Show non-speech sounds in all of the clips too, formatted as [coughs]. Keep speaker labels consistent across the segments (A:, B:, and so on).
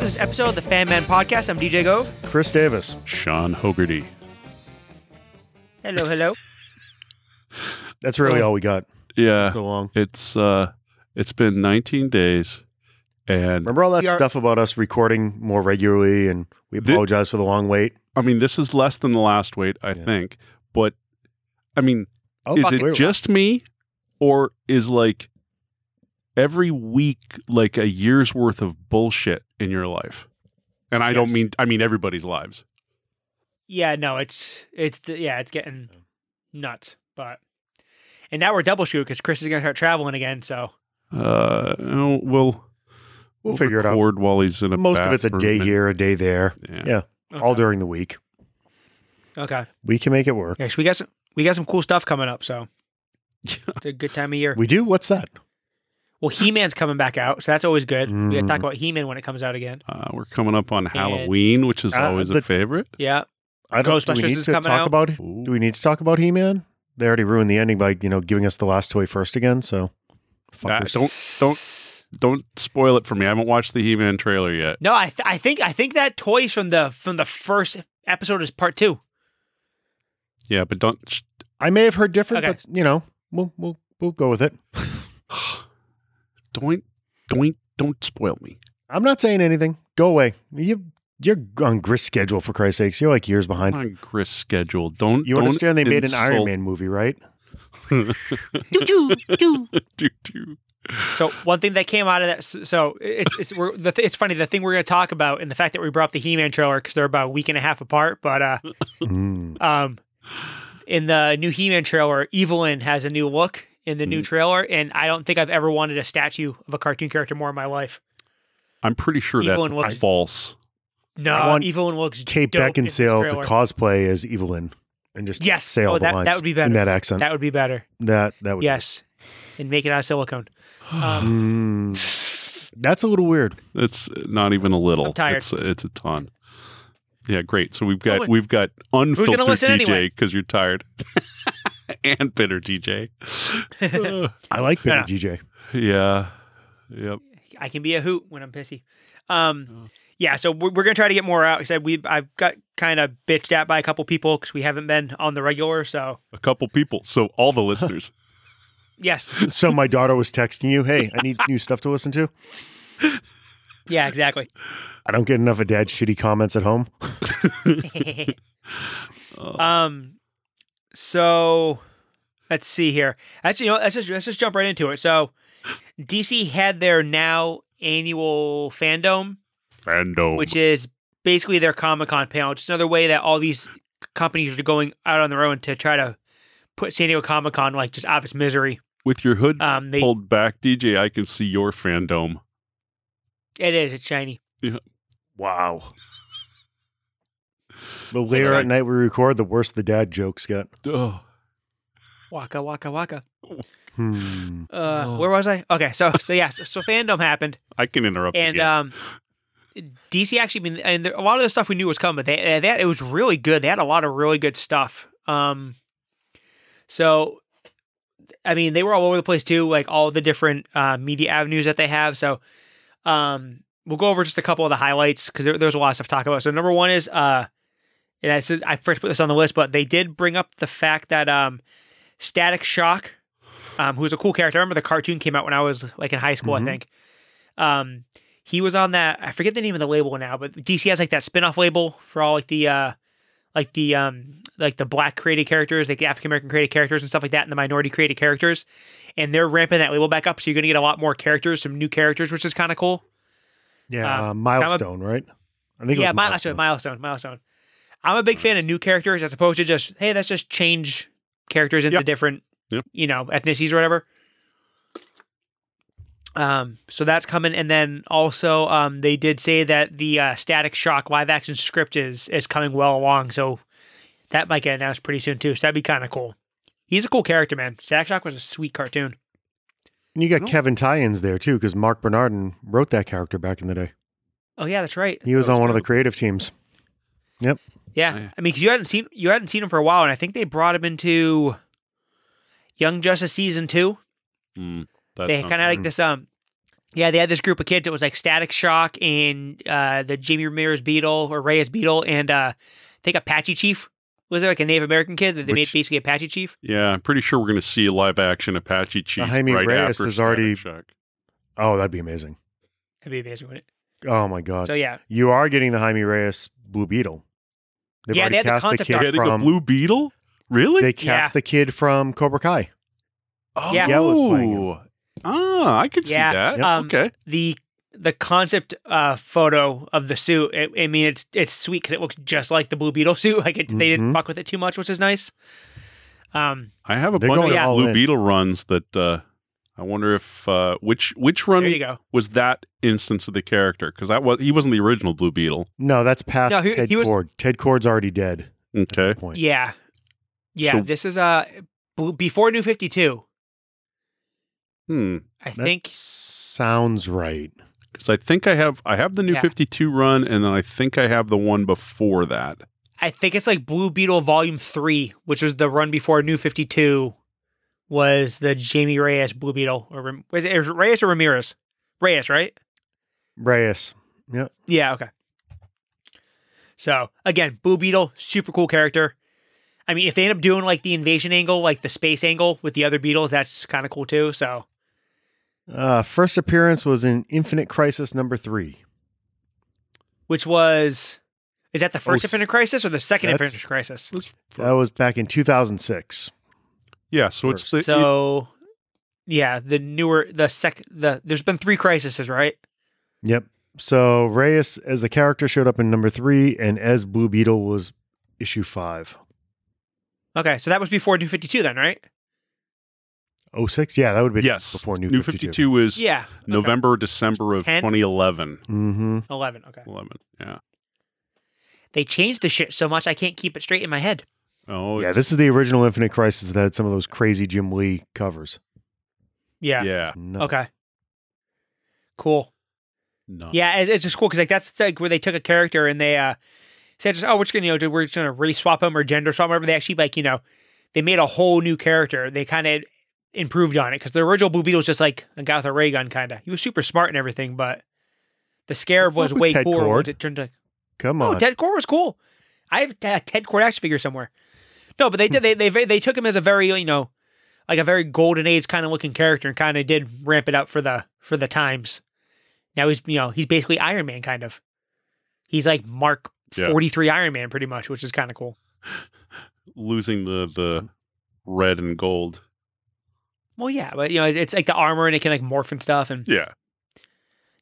A: this episode of the Fan Man Podcast. I'm DJ Gove.
B: Chris Davis.
C: Sean Hogarty.
A: Hello, hello.
B: That's really
C: Oh.
B: all we got.
C: Yeah,
B: So long.
C: it's uh, it's been 19 days, and
B: Remember all that
A: We are-
B: stuff about us recording more regularly and we
C: Thi-
B: apologize for the long wait?
C: I mean, this is less than the last wait, I
B: Yeah.
C: think. But I mean,
B: Oh,
C: is
B: fuck, we
C: it
B: were-
C: just me, or is like every week like a year's worth of bullshit in your life? And I don't
B: Yes.
C: mean I mean everybody's lives.
A: Yeah, no, it's it's the, yeah, it's getting nuts. But and now we're double shoot because Chris is gonna start traveling again. So
C: Uh, oh, we'll
B: We'll figure it out.
C: record while he's in a
B: Most of it's a
C: bathroom
B: day
C: and-
B: here, a day there,
C: Yeah.
B: Yeah. all
A: Okay.
B: during the week.
A: Okay.
B: We can make it work.
A: Yeah, so we got some we got some cool stuff coming up. So it's a good time of year.
B: We do? What's that?
A: Well, He Man's coming back out, so that's always good. We gotta talk
B: Mm.
A: about He Man when it comes out again.
C: Uh, we're coming up on Halloween, which is
B: Uh,
C: always
B: the-
C: a favorite.
A: Yeah.
B: I don't, do we
A: Ghostbusters
B: need
A: is
B: to
A: coming
B: talk
A: out.
B: about
C: Ooh.
B: Do we need to talk about He-Man? They already ruined the ending by, you know, giving us the last toy first again, so
C: Ah,
B: fuckers.
C: don't don't don't spoil it for me. I haven't watched the He-Man trailer yet.
A: No, I th- I think I think that toys from the from the first episode is part two.
C: Yeah, but don't. sh-
B: I may have heard different,
A: Okay.
B: but you know, we'll we'll we'll go with it.
C: Don't don't don't spoil me.
B: I'm not saying anything. Go away. You you're on grist schedule for Christ's sakes. You're like years
C: I'm
B: behind.
C: on Chris' schedule. Don't
B: You
C: don't
B: understand they made an
C: insult- [laughs]
B: Iron Man movie, right?
C: Do, do.
A: So one thing that came out of that, s- so it's it's, we're, the th- it's funny the thing we're going to talk about and the fact that we brought up the He-Man trailer because they're about a week and a half apart. But
B: [laughs]
A: uh,
B: Mm.
A: um, in the new He-Man trailer, Evelyn has a new look in the new
C: Mm.
A: trailer, and I don't think I've ever wanted a statue of a cartoon character more in my life.
C: I'm pretty sure
A: Evil
C: that's
A: and looks-
C: false.
B: I
A: No,
B: want
A: Evelyn looks
B: [laughs] Kate
A: dope in this
B: Beckinsale to
A: trailer.
B: cosplay as Evelyn and just
A: Yes.
B: say
A: Oh,
B: all
A: that-
B: the
A: that
B: lines
A: would be
B: in
A: better.
B: that accent.
A: That would be better.
B: That that would
A: Yes, and make it out of silicone. Um,
B: Mm. That's a little weird.
C: It's not even a little.
A: I'm tired. Oh,
C: It's it's a ton. Yeah, great. So we've got
A: Owen.
C: we've got unfiltered
A: listen
C: DJ
A: anyway?
C: because you're tired [laughs] and
A: [laughs]
C: bitter DJ. Uh,
B: I like Billy
A: Yeah.
B: DJ.
C: yeah. Yep.
A: I can be a hoot when I'm pissy. Um,
C: Oh.
A: yeah, so we're, we're gonna try to get more out. I said we I've got kind of bitched at by a couple people because we haven't been on the regular. So
C: A couple people. So all
A: [laughs]
C: the listeners.
A: yes,
B: So my daughter was texting you, "Hey, I need
A: [laughs]
B: new stuff to listen to."
A: yeah, exactly. [laughs]
B: I don't get enough of dad's shitty comments at home.
A: um, so let's see here. That's you know let's just let's just jump right into it. So DC had their now annual fandom,
C: Fandom.
A: which is basically their Comic Con panel. It's another way that all these companies are going out on their own to try to put San Diego Comic Con like just out of its misery.
C: With your hood
A: Um, they
C: pulled back, DJ, I can see your fandom.
A: it is it's shiny.
B: Wow. The
C: So
B: later
C: try-
B: at night we record, the worse the dad jokes get.
C: Ugh.
A: Waka waka waka.
B: Hmm.
A: Uh,
C: Oh.
A: Where was I? Okay, so so yeah, so, so fandom happened,
C: I can interrupt.
A: and
C: again.
A: um, DC actually been and there, a lot of the stuff we knew was coming, but they, they that it was really good. They had a lot of really good stuff. Um, so I mean, they were all over the place too, like all the different uh, media avenues that they have. So um, we'll go over just a couple of the highlights because there, there's a lot of stuff to talk about. So number one is uh, and I said I first put this on the list, but they did bring up the fact that um, Static Shock, um, who's a cool character. I remember the cartoon came out when I was like in high school,
B: Mhm.
A: I think. Um, he was on that. I forget the name of the label now, but DC has like that spin-off label for all like the uh, like the um, like the black created characters, like the African American created characters and stuff like that, and the minority created characters. And they're ramping that label back up, so you're gonna get a lot more characters, some new characters, which is kind of cool Um,
B: Yeah, uh, milestone, right? I think. it
A: yeah,
B: was
A: mi- that's right, milestone, milestone. I'm a big fan of new characters as opposed to just hey, let's just change characters into
C: Yep.
A: different,
C: Yep.
A: you know, ethnicities or whatever. Um, so that's coming, and then also um, they did say that the uh, Static Shock live action script is is coming well along, so that might get announced pretty soon too. So that'd be kind of cool. He's a cool character, man. Static Shock was a sweet cartoon.
B: And you
A: Oh.
B: got
C: No.
B: Kevin Tyans there too, because Mark Bernardin wrote that character back in the day.
A: Oh yeah, that's right.
B: He was,
C: That was
B: on one of the
C: true.
B: creative teams.
A: Yeah,
C: Oh, yeah.
A: I mean, because you hadn't seen you hadn't seen him for a while, and I think they brought him into Young Justice season two.
C: Mm, that
A: they
C: sounds-
A: kind of like
B: Mm.
A: this um, Yeah, they had this group of kids. It was like Static Shock and uh, the Jamie Ramirez Beetle or Reyes Beetle, and uh, I think Apache Chief was there like a Native American kid that they
C: Which-
A: made basically Apache Chief.
C: Yeah, I'm pretty sure we're going to see live action Apache Chief.
B: Jaime
C: right
B: Reyes
C: after
B: is already-
C: Static Shock.
B: Oh, that'd be amazing.
A: That'd be amazing, wouldn't
B: Oh my
A: it?
C: Uh,
B: god.
A: So yeah,
B: you are getting the Jaime Reyes Blue Beetle. They've
A: Yeah,
B: already
A: they had the
B: cast
A: concept
B: kid
A: art.
C: They're getting
B: from
C: a Blue Beetle. Really?
B: they
A: Yeah.
B: cast the kid from Cobra Kai.
C: oh,
A: Yeah.
B: Yellow's playing him.
C: ah, I could see
A: Yeah,
C: that.
A: Yep. um,
C: okay,
A: the the concept uh, photo of the suit. It, I mean, it's it's sweet because it looks just like the Blue Beetle suit. [laughs] Like it, they
C: Mm-hmm.
A: didn't
B: Mhm.
A: fuck with it too much, which is nice. Um,
C: I have a
B: they're
C: bunch
A: going
C: of
B: all
C: Blue
B: in.
C: Beetle runs that. Uh, I wonder if uh, which which run
A: there you go.
C: was that instance of the character because that was he wasn't the original Blue Beetle.
B: No, that's past
A: No, he-
B: Ted
A: he was-
B: Cord. Ted Cord's already dead.
C: Okay,
B: Good Point.
A: Yeah, yeah.
C: So-
A: this is uh b- before New Fifty Two.
C: hmm.
A: I
B: That
A: think
B: sounds right.
C: Because I think I have I have the new
A: Yeah.
C: Fifty Two run, and then I think I have the one before that.
A: I think it's like Blue Beetle Volume Three, which was the run before New Fifty Two, was the Jamie Reyes Blue Beetle or Ram- was it, it was Reyes or Ramirez? Reyes, right?
B: Reyes.
A: Yeah. Okay. So again, Blue Beetle, super cool character. I mean, if they end up doing like the invasion angle, like the space angle with the other Beatles, that's kind of cool too. So
B: Uh, first appearance was in Infinite Crisis number three.
A: which was. Is that the first
B: Oh, s-
A: Infinite Crisis or the second
B: that's-
A: Infinite Crisis?
B: That was back in 2006.
C: Yeah, so it's the it-
A: so, yeah, the newer, the sec, the there's been three crises, right?
B: Yep. So Reyes as a character showed up in number three, and as Blue Beetle was issue five.
A: Okay, so that was before New Fifty Two, then, right?
B: 06? Oh, Yeah, that would be
C: yes
B: before New,
C: New
B: 52.
C: Fifty Two is
A: Yeah, okay.
C: November December of
A: Ten?
C: twenty eleven.
B: Mm-hmm.
A: eleven. Okay,
C: Eleven. Yeah.
A: they changed the shit so much I can't keep it straight in my head.
C: Oh
B: Yeah, this is the original Infinite Crisis that had some of those crazy Jim Lee covers.
A: Yeah.
C: yeah.
B: Nuts.
A: Okay. Cool.
C: No.
A: Yeah, it's, it's just cool because like that's like where they took a character and they uh said, just, "Oh, we're just gonna you know do- we're just gonna race swap him or gender swap him." Whatever. They actually like you know they made a whole new character. They kind of improved on it because the original Blue Beetle was just like a guy with a ray gun kind of. He was super smart and everything, but the Scarab
B: Fuck
A: was
B: with
A: way
B: Ted
A: cooler.
B: Kord.
A: once It turned to
B: Come
A: Oh,
B: on.
A: Ted Cord was cool. I have a Ted Cord action figure somewhere. No, but they did. They they they took him as a very you know, like a very golden age kind of looking character, and kind of did ramp it up for the for the times. Now he's you know he's basically Iron Man kind of. He's like Mark
C: Yeah.
A: forty three Iron Man pretty much, which is kind of cool.
C: Losing the the red and gold.
A: Well, yeah, but you know it's like the armor and it can like morph and stuff, and
C: Yeah.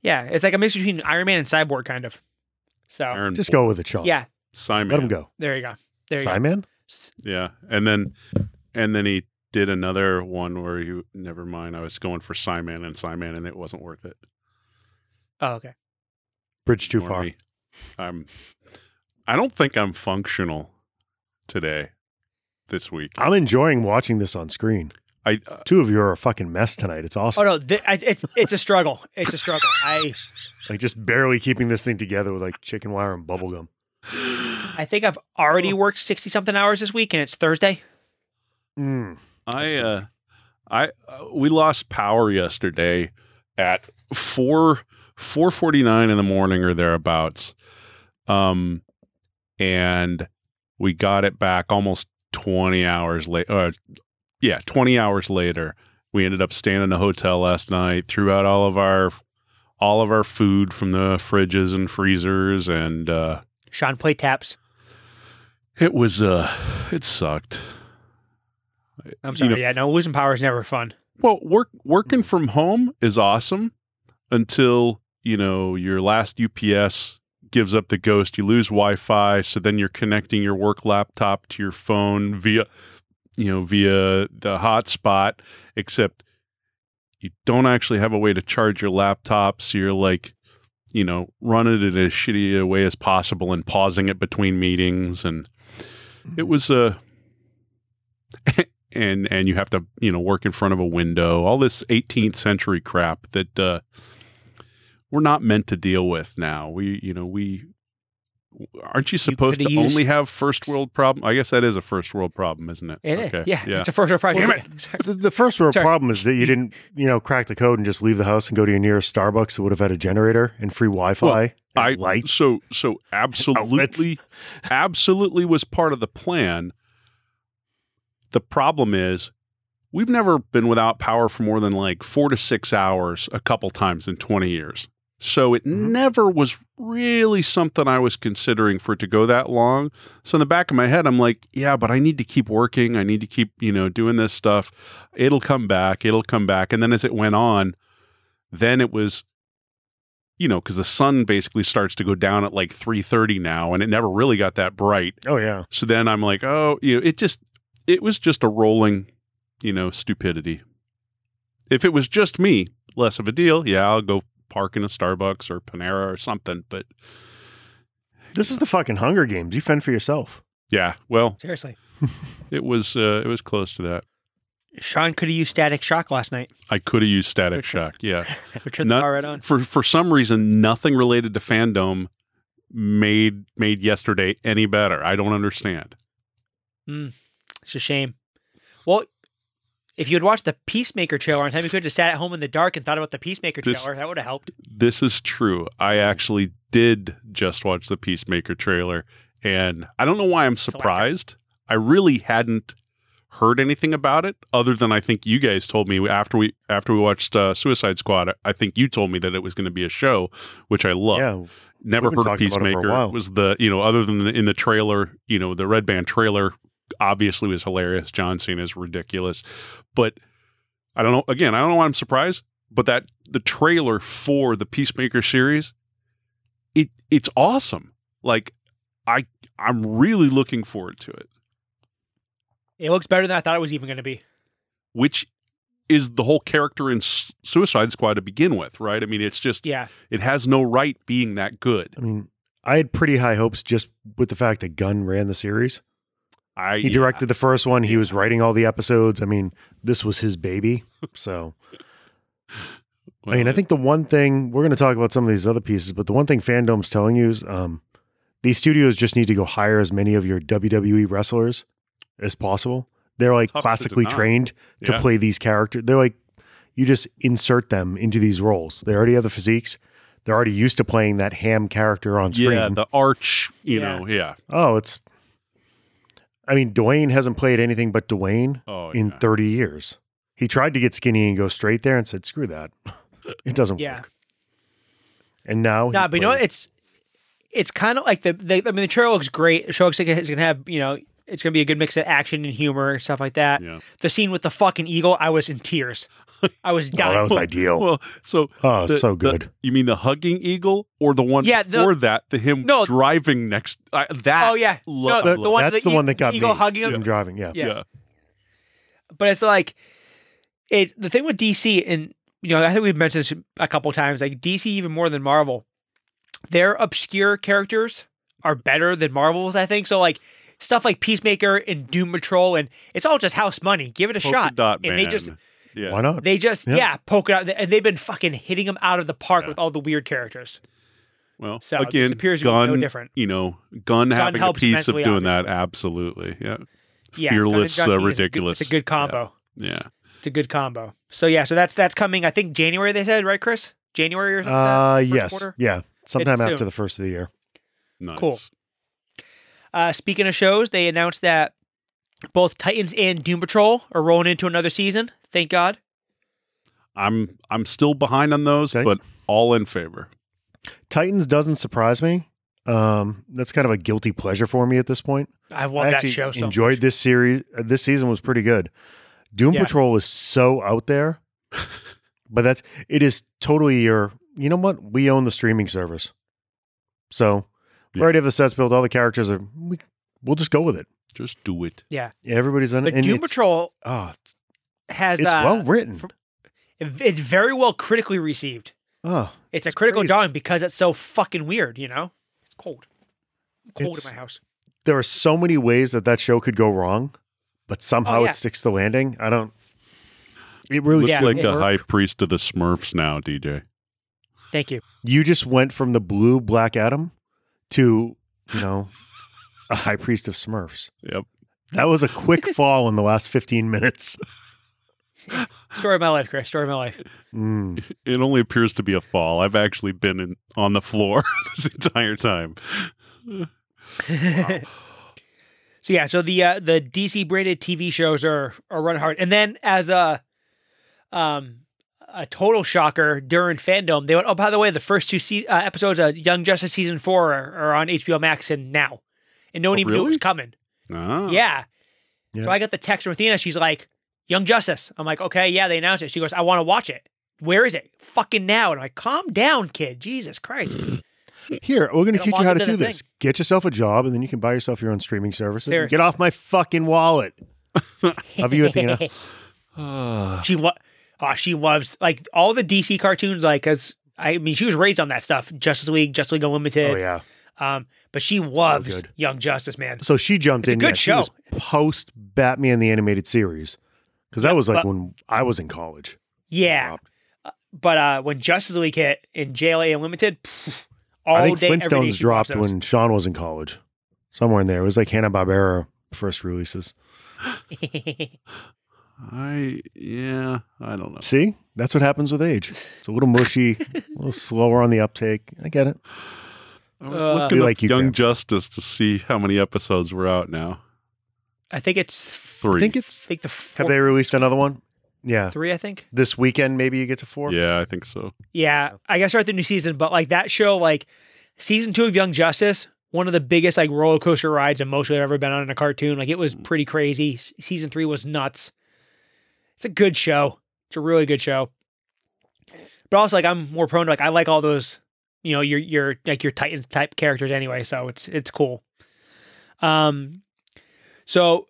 A: yeah, it's like a mix between Iron Man and Cyborg kind of. So
C: Iron
B: Just
C: Boy.
B: go with it, Sean.
A: yeah,
C: Simon.
B: Let him go.
A: there you go. There you go.
B: Simon?
A: S-
C: Yeah, and then and then he did another one where he never mind. I was going for Simon and Simon, and it wasn't worth it.
A: Oh, okay.
B: Bridge too
C: Ignore
B: far.
C: me. I'm. I don't think I'm functional today. This week,
B: I'm enjoying watching this on screen.
C: I uh,
B: Two of you are a fucking mess tonight. It's
A: Oh
B: awesome.
A: no, th- I, it's it's a struggle. It's a struggle. I.
B: Like just barely keeping this thing together with like chicken wire and bubblegum.
A: I think I've
C: Oh.
A: already worked 60 something hours this week and it's Thursday.
B: Mm.
C: I
B: That's too
C: uh, I uh, we lost power yesterday at four four forty nine in the morning or thereabouts, um, and we got it back almost twenty hours late. Uh, yeah, twenty hours later, we ended up staying in the hotel last night. Threw out all of our all of our food from the fridges and freezers, and uh,
A: Sean played taps.
C: it was uh, it sucked.
A: I'm
C: You
A: sorry.
C: know-
A: yeah, no, losing power is never fun.
C: Well, work working from home is awesome until you know your last UPS gives up the ghost. You lose Wi-Fi, so then you're connecting your work laptop to your phone via, you know, via the hotspot. Except you don't actually have a way to charge your laptop, so you're like, you know, running it in as shitty a way as possible and pausing it between meetings, and
A: Mm-hmm.
C: it was a. [laughs] Uh, and and you have to you know work in front of a window all this 18th century crap that uh we're not meant to deal with now we you know we aren't you supposed to
A: could've used-
C: only have first world problem? I guess that is a first world problem, isn't it?
A: It is.
C: Okay.
A: Yeah,
C: Yeah.
A: It's a first world problem. [laughs]
C: Damn
A: Sorry.
B: The, the first world
A: Sorry.
B: problem is that you didn't, you know, crack the code and just leave the house and go to your nearest Starbucks that would have had a generator and free Wi-Fi.
C: Well,
B: and
C: I
B: light.
C: so
A: [laughs] Oh,
C: so absolutely absolutely was part of the plan. The problem is we've never been without power for more than like 4 to 6 hours a couple times in 20 years. So it
A: Mm-hmm.
B: Mhm.
C: never was really something I was considering for it to go that long. So in the back of my head I'm like, yeah, but I need to keep working. I need to keep, you know, doing this stuff. It'll come back. It'll come back. And then as it went on, then it was you know, because the sun basically starts to go down at like three thirty now, and it never really got that bright.
B: Oh yeah.
C: So then I'm like, oh, you know, it just it was just a rolling, you know, stupidity. If it was just me, less of a deal. Yeah, I'll go park in a Starbucks or Panera or something. But
B: This is the fucking Hunger Games. You fend for yourself.
C: yeah, well,
A: Seriously,
C: it was uh, it was close to that.
A: Sean could have used Static Shock last night. [laughs]
C: I could have used Static Shock. Yeah,
A: We turned
C: Not-
A: the car right on.
C: for for some reason, nothing related to fandom made made yesterday any better. I don't understand.
A: It's a shame. Well, if you had watched the Peacemaker trailer on time, you could have just sat at home in the dark and thought about the Peacemaker
C: This-
A: trailer. That would have helped.
C: This is true. I actually did just watch the Peacemaker trailer, and I don't know why I'm
A: Slacker.
C: surprised. I really hadn't heard anything about it other than I think you guys told me after we after we watched uh, Suicide Squad. I- I think you told me that it was going to be a show, which I love.
B: yeah.
C: Never
B: we've been
C: heard of
B: talking about it for a
C: Peacemaker.
B: while.
C: was the you know other than in the trailer, you know the Red Band trailer obviously was hilarious. John Cena is ridiculous, but I don't know. Again, I don't know why I'm surprised, but that the trailer for the Peacemaker series, it it's awesome. Like I I'm really looking forward to it,
A: It looks better than I thought it was even going to be.
C: which is the whole character in Su- Suicide Squad to begin with, right? I mean, it's just
A: Yeah,
C: it has no right being that good.
B: I mean, I had pretty high hopes just with the fact that Gunn ran the series.
C: I
B: He directed the first one. He was writing all the episodes. I mean, this was his baby. So, I mean, I think the one thing we're going to talk about some of these other pieces, but the one thing fandom's telling you is um, these studios just need to go hire as many of your WWE wrestlers as possible. They're like
C: Tough to
B: classically
C: deny.
B: trained to
C: Yeah.
B: play these characters. They're like, you just insert them into these roles. They already have the physiques. They're already used to playing that ham character on screen.
C: Yeah, the arch, you
A: Yeah.
C: know, yeah.
B: oh, it's. I mean, Dwayne hasn't played anything but Dwayne
C: Oh,
B: in
C: yeah.
B: 30 years. He tried to get skinny and go straight there and said, screw that. [laughs] it doesn't
A: yeah.
B: work. And now.
C: Oh,
B: he
A: Nah, but you know what?
B: plays-
A: It's it's kind of like the, the. I mean, the trailer looks great. The show looks like it's gonna have you know. It's gonna be a good mix of action and humor and stuff like that.
C: Yeah.
A: The scene with the fucking eagle, I was in tears. I
C: [laughs]
A: was
B: Oh,
A: dying. [laughs]
B: that was ideal.
C: Well, so
B: oh,
C: the-
B: so
C: the-
B: good.
C: you mean the hugging eagle or the one
A: Yeah, the-
C: before that, the him
A: No.
C: driving next I that
A: oh yeah,
C: lo-
A: No,
C: I
A: the,
C: love-
A: one
B: That's the,
A: e-
B: one that got
A: eagle
B: me.
A: hugging him.
B: I'm driving. Yeah.
A: yeah. but it's like it the thing with DC and you know I think we've mentioned this a couple times like DC even more than Marvel their obscure characters are better than Marvel's I think so like stuff like Peacemaker and Doom Patrol and it's all just house money give it a
C: Polka
A: shot
C: dot
A: and they just
C: man. yeah.
B: Why not?
A: they just
B: Yeah.
A: yeah, poke it out and they've been fucking hitting them out of the park
C: Yeah.
A: with all the weird characters
C: well,
A: so
C: again,
A: this appears to be
C: gun,
A: no different
C: you know, gun, having a
A: helps
C: piece of
A: immensely,
C: doing that absolutely. Yeah.
A: yeah Gun and
C: Fearless,
A: Junkie
C: uh,
A: is a good-
C: ridiculous.
A: it's a good combo
C: yeah.
A: it's a good combo so yeah so that's that's coming I think January they said right Chris January or something like that?
B: Uh,
A: first
B: yes.
A: quarter?
B: Yeah. Sometime
A: It's
B: after
A: soon.
B: the first of the year.
C: Nice.
A: Cool. Uh, speaking of shows, they announced that both Titans and Doom Patrol are rolling into another season. Thank God.
C: I'm I'm still behind on those,
B: Okay.
C: but all in favor.
B: Titans doesn't surprise me. Um, that's kind of a guilty pleasure for me at this point.
A: I love
B: I
A: that
B: actually
A: show. So
B: enjoyed this series. uh, This season was pretty good. Doom
A: Yeah.
B: Patrol is so
A: [laughs]
B: out there, but that's it is totally your. You know what? We own the streaming service, so we
C: Yeah.
B: already have the sets built. All the characters are. We, we'll just go with it.
C: Just do it.
B: Everybody's in
A: But
B: it. and
A: Doom
B: it's-
A: Patrol
B: Oh, it's,
A: has
B: it's
A: uh,
B: well written.
A: from- it's very well critically received.
B: oh,
A: It's a critical
B: crazy.
A: drawing because it's so fucking weird. You know, it's cold. I'm cold
B: It's-
A: in my house.
B: there are so many ways that that show could go wrong, but somehow
A: Oh, yeah.
B: it sticks the landing. I don't. It really
C: Looks
A: Yeah,
C: like
A: it uh,
C: the
A: worked.
C: high priest of the Smurfs now, DJ.
A: Thank you.
B: you just went from the blue Black Adam to you know, a high priest of Smurfs.
C: Yep.
B: That was a quick fall in the last 15 minutes.
A: Story of my life, Chris. Story of my life.
B: Mm.
C: It only appears to be a fall. I've actually been in, on the floor [laughs] this entire time.
A: [laughs] so yeah, so the uh, the DC branded TV shows are are run hard, and then as a um a total shocker during fandom, they went. Oh, by the way, the first two se- uh, episodes of Young Justice season four are, are on HBO Max and now, and no one
C: Oh,
A: even knew it was
C: really?
A: coming.
B: Oh.
C: Ah. [sighs]
A: Yeah.
B: Yeah.
A: So I got the text from Athena. She's like, Young Justice. I'm like, okay, yeah, they announced it. She goes, I want to watch it. Where is it? Fucking now. And I'm like, calm down, kid. Jesus Christ.
B: Here, we're going to
A: It'll
B: teach
A: walk
B: you how
A: into
B: to do
A: the
B: this. Get yourself a job, and then you can buy yourself your own streaming services. and
A: Seriously.
B: Get off my
A: [laughs]
B: fucking wallet. Love you, Athena.
C: Ah.
A: she what? Oh, she loves like all the DC cartoons. Like, cause I mean, she was raised on that stuff. Justice League, Justice League Unlimited.
B: Oh yeah.
A: Um, but she loves
B: good.
A: Young Justice, man.
B: So she jumped
A: It's a
B: in.
A: good
B: yeah, She was post Batman the animated series, because that was like
A: but-
B: when I was in college.
A: Yeah.
B: Wow.
A: But uh, when Justice League hit in JLA Unlimited, pff, all
B: I think
A: day, every day
B: Flintstones
A: she watched
B: dropped
A: those.
B: when Sean was in college, somewhere in there. It was like Hanna Barbera first releases.
C: I yeah, I don't know.
B: See, that's what happens with age. It's a
A: [laughs]
B: little mushy, a little slower on the uptake. I get it.
C: I was
A: Uh,
C: looking
B: We
C: up
B: like you,
C: Young
B: Graham.
C: Justice to see how many episodes were out now.
A: [laughs] I think it's
C: Three.
B: I think
A: I
B: it's.
A: think the
B: Have
A: four,
B: they released another one? Yeah,
A: three. I think.
B: this weekend maybe you get to four.
C: yeah, I think so.
A: Yeah, I gotta start the new season, but like that show, like season two of Young Justice, one of the biggest like roller coaster rides emotionally I've ever been on in a cartoon. Like it was pretty crazy. S- season three was nuts. It's a good show. It's a really good show. But also, like I'm more prone to like I like all those, you know, your your like your Titans type characters anyway. So it's it's cool. Um, so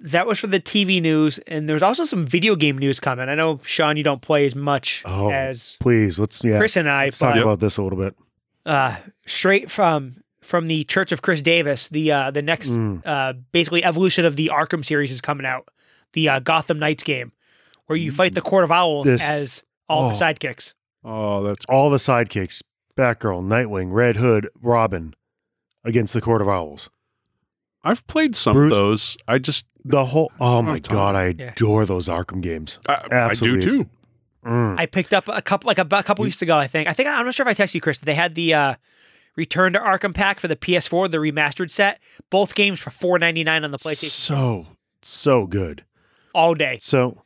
A: that was for the TV news, and there's also some video game news coming. I know Sean, you don't play as much
B: Oh.
A: as
B: Please, let's yeah.
A: Chris and I,
B: let's
A: but
B: talk about this a little bit.
A: uh, straight from from the Church of Chris Davis, the uh, the next
B: Mm.
A: uh, basically evolution of the Arkham series is coming out, the uh, Gotham Knights game, where you fight the Court of Owls
B: Mm. This-
A: as all the
C: Oh.
A: sidekicks.
C: Oh, that's
B: All the sidekicks: Batgirl, Nightwing, Red Hood, Robin, against the Court of Owls.
C: I've played some
B: Bruce-
C: of those. I just
B: The whole. Oh
C: what
B: my
C: I'm talking
B: god, I
A: Yeah.
B: adore those Arkham games.
C: I, I do
B: Absolutely.
C: too.
B: Mm.
A: I picked up a couple like a, bu- couple weeks ago, I think. I think I'm not sure if I texted you, Chris. They had the uh, Return to Arkham pack for the PS4, the remastered set. Both games for 4.99 on the PlayStation
B: so so good.
A: all day.
B: So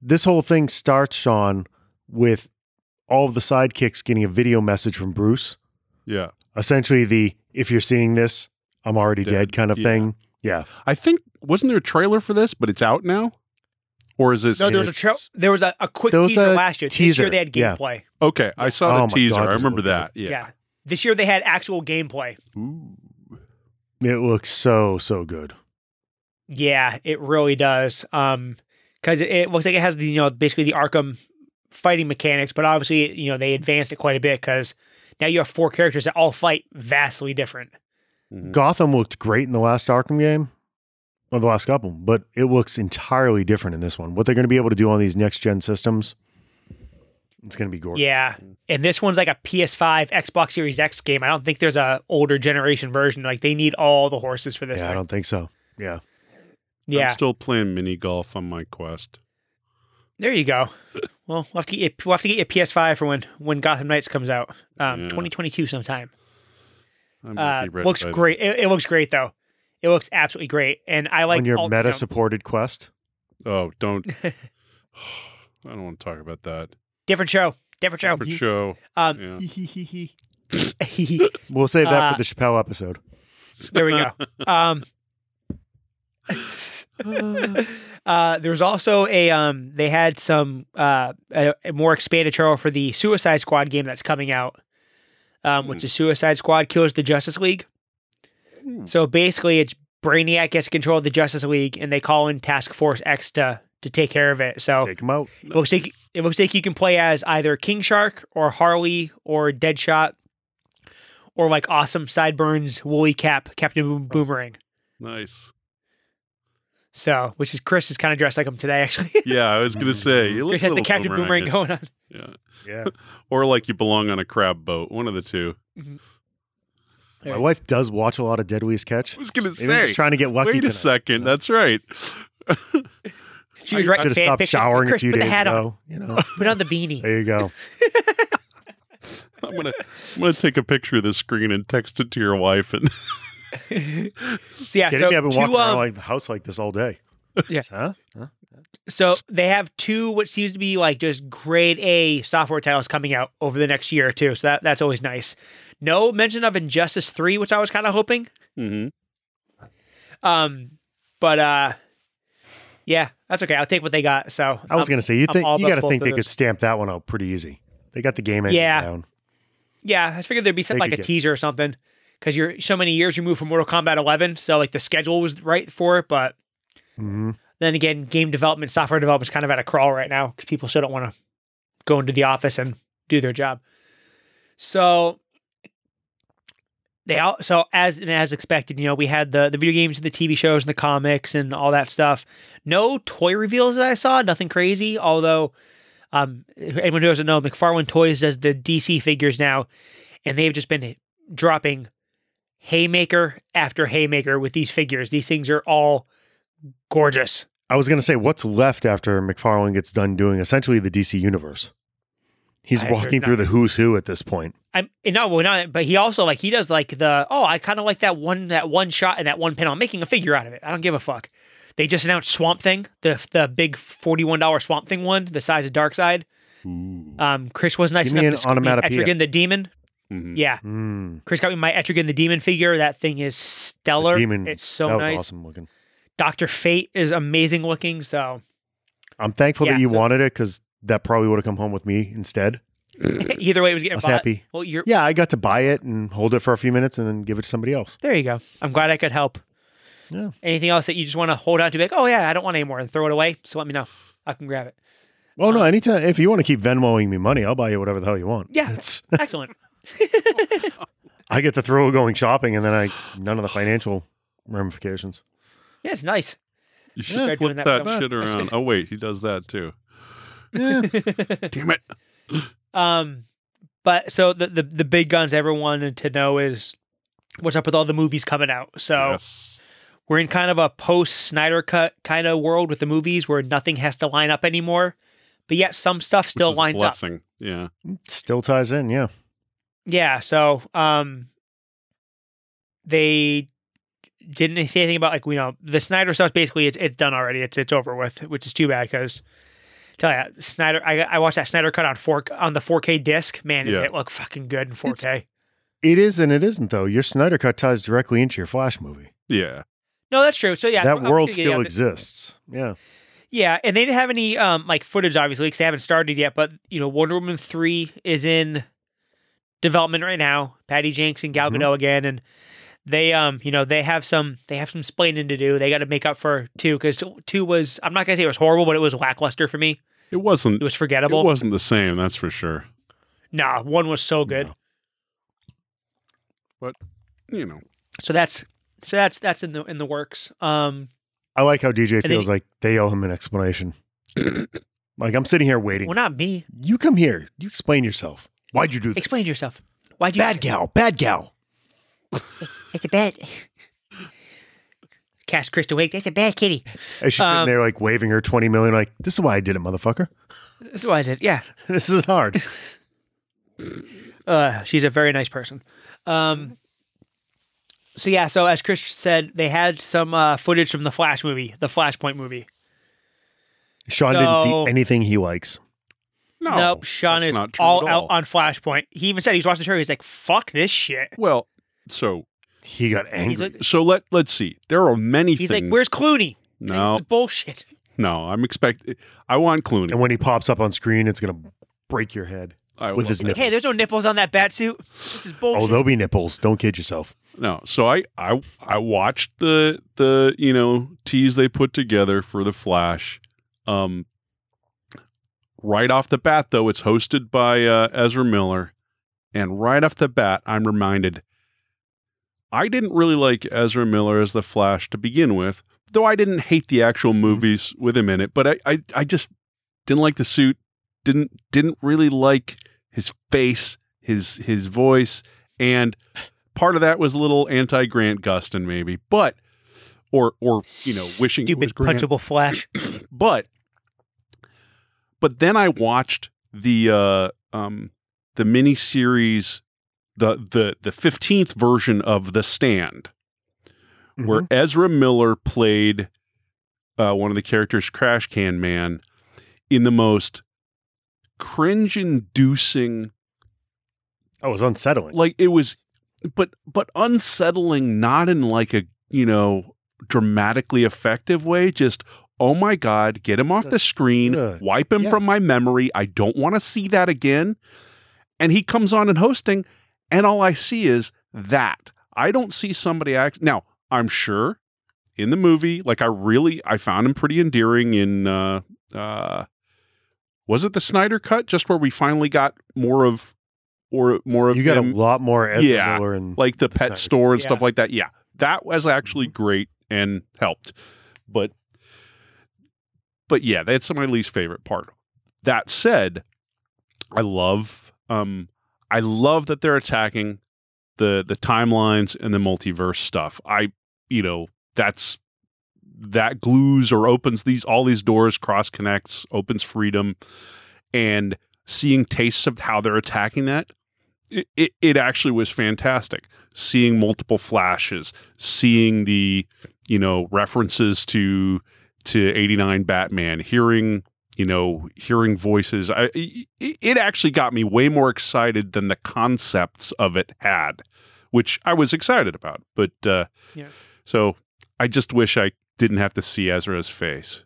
B: this whole thing starts, Sean, with all of the sidekicks getting a video message from Bruce.
C: Yeah.
B: Essentially, the if you're seeing this, I'm already
C: Dead.
B: dead, kind of
C: Yeah.
B: thing. Yeah.
C: I think wasn't there a trailer for this, but it's out now? Or is this
A: No, there was a tra-
B: It's-
A: there was a, a quick
B: there was
A: teaser
B: a
A: last year. This year
B: teaser,
A: they had
B: yeah.
A: gameplay.
C: Okay, I saw the
B: Oh my
C: teaser.
B: God,
C: I
B: does it
C: remember
B: look
C: that.
A: Yeah.
C: Yeah.
A: This year they had actual gameplay.
C: Ooh.
B: It looks so so good.
A: Yeah, it really does. Um, because it, it looks like it has the you know basically the Arkham fighting mechanics, but obviously you know they advanced it quite a bit because now you have four characters that all fight vastly different.
C: Mhm.
B: Gotham looked great in the last Arkham game, or the last couple, but it looks entirely different in this one. What they're going to be able to do on these next gen systems, it's going to be gorgeous.
A: Yeah, and this one's like a PS5, Xbox Series X game. I don't think there's a older generation version. Like they need all the horses for this.
B: yeah I
A: thing.
B: don't think so. Yeah,
A: yeah.
C: I'm still playing mini golf on my quest.
A: There you go. Well, we'll have to get you, we'll have to get you a PS5 for when when Gotham Knights comes out, um,
C: Yeah.
A: 2022 sometime.
C: I'm
A: Uh,
C: lucky right
A: looks
C: by then.
A: great. It, it looks great though. It looks absolutely great. And I like
B: on your
A: all-
B: meta
A: you know,
B: supported quest.
C: Oh, don't.
A: [laughs]
C: I don't want to talk about that.
A: different show, different show.
C: For show. [laughs]
A: Um, [laughs]
C: Yeah.
B: We'll save that
A: Uh,
B: for the Chappelle episode.
A: there we go.
C: [laughs]
A: Um, [laughs]
C: Mm,
A: uh, there was also a um, they had some uh, a, a more expanded trailer for the Suicide Squad game that's coming out, um, which
C: Hmm.
A: is Suicide Squad kills the Justice League.
C: Hmm.
A: So basically, it's Brainiac gets control of the Justice League, and they call in Task Force X to to take care of it. So
B: Take him out.
A: It looks like it looks like you can play as either King Shark or Harley or Deadshot or like awesome sideburns woolly cap Captain Boom-
B: Oh.
A: Boomerang.
C: Nice.
A: So, which is Chris is kind of dressed like him today actually.
C: Yeah, I was gonna say you look
A: Chris
C: a
A: has the
C: little
A: Captain Boomerang,
C: boomerang-ish.
A: going on. [laughs]
C: Yeah,
B: Yeah.
C: or like you belong on a crab boat. One of the two.
B: My
A: Right.
B: wife does watch a lot of Dead Wees Catch.
C: I was gonna
B: Maybe I'm
C: say.
B: just trying to get lucky.
C: Wait a
B: tonight.
C: second. That's right. [laughs]
A: She was right.
B: Should have stopped showering a few
A: put
B: days
A: the hat on.
B: ago. You
C: [laughs]
B: know,
A: Put on the
B: [laughs]
A: beanie.
B: there you go.
C: I'm gonna I'm gonna take a picture of this screen and text it to your wife. And [laughs]
A: So, [laughs] yeah.
B: Kidding
A: So,
B: me? I've been
A: two,
B: walking around
A: um,
B: like the house like this all day.
A: [laughs] Yeah.
B: Huh? Huh?
A: so they have two what seems to be like just grade A software titles coming out over the next year or two. So that, that's always nice. No mention of Injustice Three, which I was kind of hoping.
C: Mhm.
A: Mm-hmm. Um, but uh, yeah, that's okay. I'll take what they got. So
B: I was
A: um,
B: gonna say you
A: I'm
B: think
A: all
B: you
A: about
B: got to
A: both
B: think
A: of
B: they
A: those.
B: could stamp that one out pretty easy. They got the game engine
A: Yeah.
B: down.
A: Yeah, I figured there'd be something
B: They
A: like
B: could
A: a
B: get-
A: teaser or something because you're so many years removed from Mortal Kombat 11, so like the schedule was right for it. But
B: hmm
A: then again, game development, software development is kind of at a crawl right now because people still don't want to go into the office and do their job. So they all so as and as expected, you know, we had the the video games, the TV shows, and the comics, and all that stuff. No toy reveals that I saw, nothing crazy. Although, um, anyone who doesn't know, McFarlane Toys does the DC figures now, and they've just been dropping haymaker after haymaker with these figures. These things are all gorgeous.
B: I was gonna say what's left after McFarlane gets done doing essentially the DC universe. He's
A: I heard
B: walking through the who's who at this point.
A: I'm and no, well, not but he also like he does like the oh, I kind of like that one that one shot and that one panel. I'm making a figure out of it. I don't give a fuck. They just announced Swamp Thing, the the big forty one dollar Swamp Thing one, the size of Dark Side. Um, Chris was nice
B: Give me
A: enough
B: an
A: to scoop me
B: onomatopoeia.
A: Etrigan the Demon.
C: Mhm.
A: Yeah,
B: Mm,
A: Chris got me my Etrigan the Demon figure. That thing is stellar.
B: the demon.
A: it's so
B: that was
A: nice.
B: awesome looking.
A: Doctor Fate is amazing looking. So [laughs]
B: I'm thankful
A: Yeah,
B: that you
A: so-
B: wanted it because that probably would have come home with me instead.
A: either way, it was
B: I
A: getting
B: was
A: bought.
B: happy.
A: Well, you're
B: Yeah, I got to buy it and hold it for a few minutes and then give it to somebody else.
A: there. You go. I'm glad I could help.
B: Yeah.
A: Anything else that you just want to hold on to? Be like, oh yeah, I don't want any more, and throw it away. So let me know. I can
C: [laughs]
A: grab it.
B: Well, Oh,
A: Uh-huh.
B: no, anytime if you want to keep Venmoing me money, I'll buy you whatever the hell you want.
A: Yeah.
B: It's [laughs]
A: Excellent.
B: I get the thrill of going shopping, and then I none of the financial ramifications.
A: Yeah, it's nice. [laughs] Yeah,
C: You should
A: they're
C: flip
A: doing
C: that,
A: that
B: for-
A: [laughs]
C: shit around. Oh wait, he does that too. [laughs] Damn it!
A: um, but so the, the the big guns everyone wanted to know is what's up with all the movies coming out. So
C: Yes.
A: we're in kind of a post Snyder cut kind of world with the movies where nothing has to line up anymore, but yet some stuff
C: Which
A: still
C: is a
A: lines up.
C: blessing. Yeah.
B: Still ties in, yeah.
A: Yeah. So um, they didn't say anything about like we know the Snyder stuff. Basically, it's it's done already. It's it's over with, which is too bad because tell you Snyder. I I watched that Snyder cut on four on the 4K disc. Man, does
C: Yeah.
A: it look fucking good in 4K?
B: It is and it isn't though. Your Snyder cut ties directly into your Flash movie.
C: Yeah.
A: no, that's true. So yeah,
B: that
A: I'm- I'm
B: world
A: gonna
B: still
A: get-
B: exists. Yeah,
A: Yeah, and they didn't have any um like footage obviously because they haven't started yet. But you know, Wonder Woman three is in development right now. Patty Jenks and Gal
B: Mhm.
A: Gadot again, and they um you know they have some they have some splaining to do. They got to make up for two because two was I'm not gonna say it was horrible, but it was lackluster for me.
C: It wasn't.
A: It was
C: It
A: forgettable.
C: wasn't the same. That's for sure.
A: nah, one was so Oh, good.
B: No.
C: You know.
A: So that's so that's that's in the in the works. Um,
B: I like how DJ
A: then
B: feels
A: he-
B: like they owe him
A: [coughs]
B: an explanation. like I'm sitting here waiting.
A: well, not me.
B: you come here. You explain yourself. Why'd you do this?
A: Explain yourself. Why'd you
B: Bad gal. Bad gal.
D: It's a bad,
A: [laughs] cast Kristen Wiig?
D: it's a bad kitty.
B: And she's sitting
A: Um,
B: there like waving her twenty million. Like this is why I did it, motherfucker. [laughs]
A: That's what I did. Yeah.
B: this is hard.
A: Uh, she's a very nice person. Um, so yeah, so as Chris said, they had some uh, footage from the Flash movie, the Flashpoint movie.
B: Sean didn't
A: So-
B: see anything he likes.
C: No.
A: nope, Sean
C: that's
A: is
C: not true
A: all,
C: at
A: out on Flashpoint. He even said he was watching the show. He's like, "Fuck this shit."
C: Well, so
B: He got angry.
A: He's like,
C: so let let's see. There are many
A: he's
C: things.
A: like, "Where's Clooney?" He's like,
C: no,
A: this is bullshit.
C: no. I'm expect. I want
B: and
C: Clooney.
B: when he pops up on screen, it's gonna break your head.
C: I
B: with
C: love
B: his
C: that.
B: nipple.
A: Hey, there's no nipples on that bat suit. This is
B: Oh,
A: bullshit.
B: there'll be nipples. Don't kid yourself.
C: No, so I I I watched the the you know tease they put together for the Flash. Um, right off the bat, though, it's hosted by uh, Ezra Miller, and right off the bat, I'm reminded I didn't really like Ezra Miller as the Flash to begin with, though I didn't hate the actual movies with him in it, but I I, I just didn't like the suit, didn't didn't really like his face, his his voice, and part of that was a little anti Grant Gustin, maybe, but or or you know wishing it was
A: stupid
C: Grant.
A: punchable
C: [coughs]
A: flash.
C: but but then I watched the uh um the miniseries the the the fifteenth version of The Stand where
B: Mhm.
C: Ezra Miller played uh, one of the characters, Crash Can Man, in the most cringe-inducing,
B: oh, it was unsettling.
C: like it was, but but unsettling, not in like a you know dramatically effective way. Just oh my god, get him off the screen,
B: Ugh.
C: wipe him
B: Yeah.
C: from my memory. I don't want to see that again. And he comes on and hosting, and all I see is that. I don't see somebody act now. I'm sure in the movie, like I really, I found him pretty endearing in. uh uh Was it the Snyder cut? Just where we finally got more of, or more of
B: you got
C: him?
B: a lot more Ezra
C: Yeah,
B: Miller and
C: like the pet
B: Snyder.
C: store and stuff
A: Yeah.
C: like that. Yeah, that was actually great and helped. But but yeah, that's my least favorite part. That said, I love um I love that they're attacking the the timelines and the multiverse stuff. I you know, that's that glues or opens these all these doors, cross connects, opens freedom and seeing tastes of how they're attacking that it, it, it actually was fantastic seeing multiple flashes seeing the you know references to to 89 batman hearing you know hearing voices I, it, it actually got me way more excited than the concepts of it had which i was excited about but uh
A: Yeah.
C: so i just wish i didn't have to see ezra's face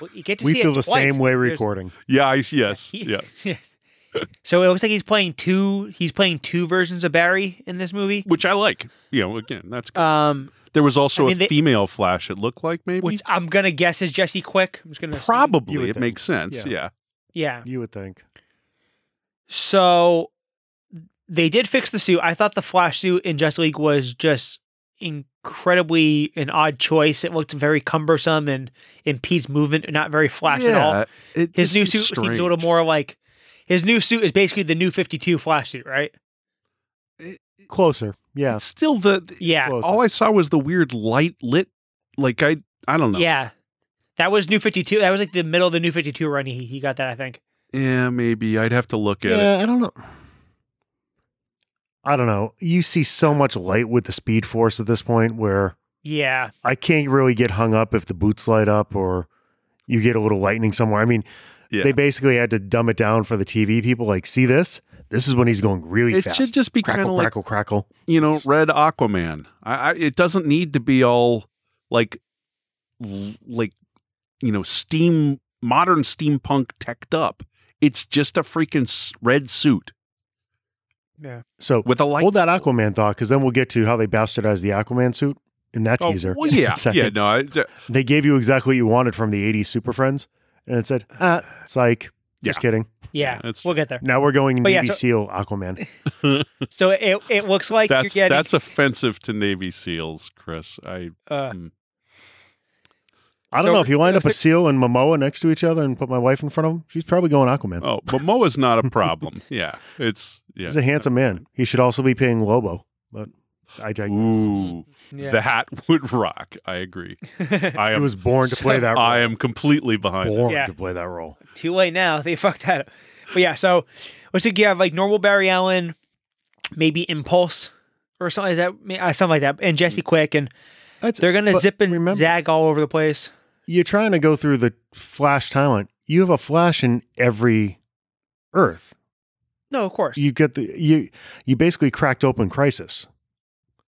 A: Well, you get to
B: we
A: see it
B: feel the
A: twice.
B: same way
A: There's-
B: recording.
C: yeah I, yes
A: [laughs] He-
C: yeah
A: yes. So it looks like he's playing two. He's playing two versions of Barry in this movie.
C: which i like you know again that's good.
A: Um,
C: there was also
A: I mean,
C: a
A: they-
C: female flash it looked like maybe
A: which I'm gonna guess is Jesse Quick. I'm just gonna assume.
B: You
C: Probably,
B: would
C: it
B: think.
C: makes sense. Yeah.
B: Yeah.
A: Yeah.
B: You would think.
A: So they did fix the suit. I thought the Flash suit in Justice League was just incredibly an odd choice. It looked very cumbersome and impedes movement, not very Flash at all. His new suit seems a little more like his new suit is basically the new 52 Flash suit, right?
B: Closer. Yeah.
C: It's still the. the-
A: Yeah.
B: Closer.
C: all I saw was the weird light lit. Like I, I don't know.
A: Yeah. That was new 52. That was like the middle of the new 52 run. He, he got that, I think.
C: Yeah, maybe I'd have to look at it.
B: yeah, I don't know. I don't know. You see so much light with the speed force at this point where
A: Yeah.
B: I can't really get hung up if the boots light up or you get a little lightning somewhere. I mean,
C: Yeah.
B: they basically had to dumb it down for the TV people. Like, see this? This is when he's going really
C: It
B: fast.
C: should just be kind of
B: crackle,
C: like
B: crackle, crackle.
C: you know, red Aquaman. I, I it doesn't need to be all like l- like you know, steam modern steampunk teched up. It's just a freaking s- red suit
A: Yeah.
B: So
C: with a light.
B: hold that Aquaman thought, because then we'll get to how they bastardized the Aquaman suit in that
C: Oh,
B: teaser. [laughs]
C: well, yeah,
B: Second.
C: yeah. No, I, uh,
B: They gave you exactly what you wanted from the 80s Super Friends, and it said, ah, psych. Just kidding.
A: Yeah.
C: that's-
A: we'll get there.
B: Now we're going
A: But yeah,
B: Navy
A: so-
B: SEAL Aquaman.
A: So it, it looks like
C: that's
A: you're getting.
C: that's offensive to Navy SEALs, Chris. I
A: uh,
B: I don't
A: So-
B: know if you lined up
A: so-
B: a seal and Momoa next to each other and put my wife in front of him, she's probably going Aquaman.
C: Oh, but Moa's not
B: [laughs]
C: a problem. yeah, it's yeah.
B: He's a handsome man. He should also be paying Lobo, but I, I
C: Ooh,
A: yeah.
C: the hat [laughs] would rock.
A: [laughs]
C: I agree. I
B: he
C: am.
B: was born to
C: [laughs]
B: play that role.
C: I am completely behind. it.
B: born
A: Yeah.
B: to play that role.
A: Too late now. [laughs] They fucked that up. But yeah, so looks like you have like normal Barry Allen, maybe Impulse or something like that, may- uh, something like that, and Jesse Quick, and
B: That's
A: they're gonna
B: but
A: zip and
B: remember-
A: zag all over the place.
B: you're trying to go through the Flash talent. You have a Flash in every Earth.
A: No, of course.
B: You get the you you basically cracked open Crisis.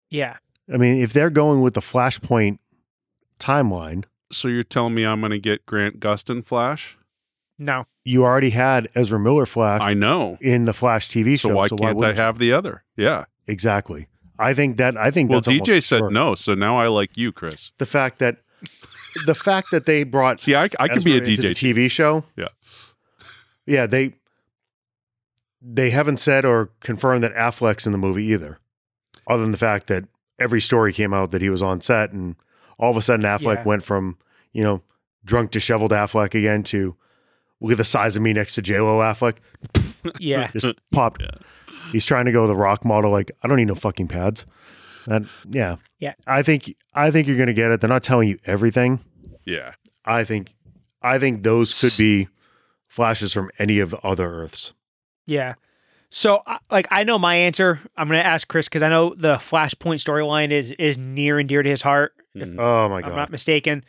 A: yeah,
B: I mean, if they're going with the Flashpoint timeline,
C: So you're telling me I'm going to get Grant Gustin Flash?
A: [laughs] no,
B: you already had Ezra Miller Flash
C: I know.
B: in the Flash TV
C: So
B: show.
C: why
B: so why
C: can't I
B: wouldn't you?
C: have the other? Yeah.
B: Exactly. I think that I think
C: Well,
B: that's almost
C: DJ said
B: sure.
C: no, so now I like you, Chris.
B: The fact that the fact that they brought
C: See, I, I could be a
B: Ezra into
C: DJ.
B: the TV show.
C: Yeah.
B: Yeah, they they haven't said or confirmed that Affleck's in the movie either. Other than the fact that every story came out that he was on set and all of a sudden Affleck
A: Yeah.
B: went from, you know, drunk disheveled Affleck again to look at the size of me next to J Lo Affleck.
A: [laughs] yeah,
B: Just popped.
C: Yeah.
B: He's trying to go the rock model. Like I don't need no fucking pads. That yeah
A: Yeah.
B: I think I think you're gonna get it. They're not telling you everything.
C: Yeah.
B: I think I think those could be flashes from any of the other Earths.
A: Yeah. So, I- like, I know my answer. I'm going to ask Chris because I know the Flashpoint storyline is is near and dear to his heart.
C: Mhm.
B: Oh my
A: If I'm
B: god!
A: not mistaken.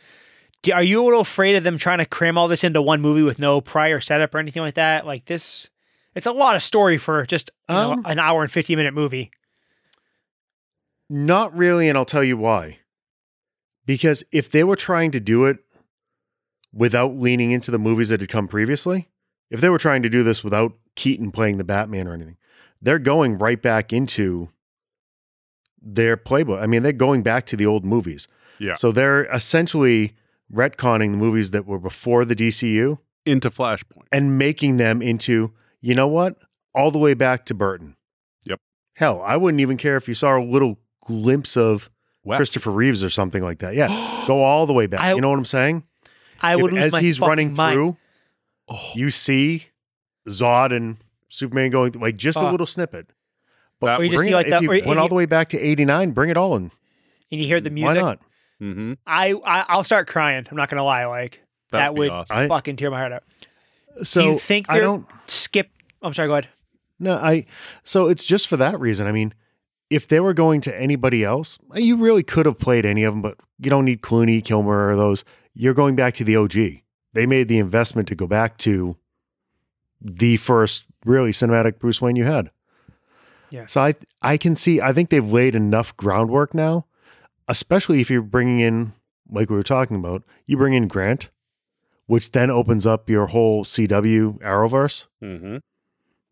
A: Do, are you a little afraid of them trying to cram all this into one movie with no prior setup or anything like that? Like this, it's a lot of story for just you know,
B: Um,
A: an hour and 50 minute movie.
B: Not really, and I'll tell you why. Because if they were trying to do it without leaning into the movies that had come previously, if they were trying to do this without Keaton playing the Batman or anything, they're going right back into their playbook. I mean, they're going back to the old movies.
C: Yeah.
B: So they're essentially retconning the movies that were before the DCU
C: Into Flashpoint.
B: and making them into, you know what? All the way back to Burton.
C: Yep.
B: Hell, I wouldn't even care if you saw a little glimpse of
C: Wow. [gasps]
B: Christopher Reeves or something like that. Yeah. Go all the way back.
A: I-
B: you know what I'm saying?
A: I would
B: If-
A: lose
B: as
A: my
B: he's
A: fucking
B: running
A: mind.
B: through,
C: Oh,
B: you see Zod and Superman going like just a
A: Uh,
B: little snippet.
C: that
A: or you
C: was,
A: just
B: Bring
A: see,
B: it-
A: like,
B: if
A: that-
B: you
A: or-
B: went
A: and
B: all
A: you-
B: the way back to 89, bring it all in.
A: and you hear the
B: Why
A: music.
B: not?
C: mhm.
A: I, I I'll start crying. I'm not gonna lie. Like
C: That'd
A: that
C: be
A: would
C: awesome.
B: I-
A: fucking tear my heart out.
B: So
A: you think
B: I
A: they're-
B: don't
A: Skip. I'm sorry. Go ahead.
B: No, I. So it's just for that reason. I mean, if they were going to anybody else, uh, you really could have played any of them, but you don't need Clooney, Kilmer, or those. You're going back to the OG. They made the investment to go back to the first really cinematic Bruce Wayne you had.
A: Yeah.
B: So I I can see. I think they've laid enough groundwork now, especially if you're bringing in like we were talking about. You bring in Grant, which then opens up your whole CW Arrowverse
C: Mhm.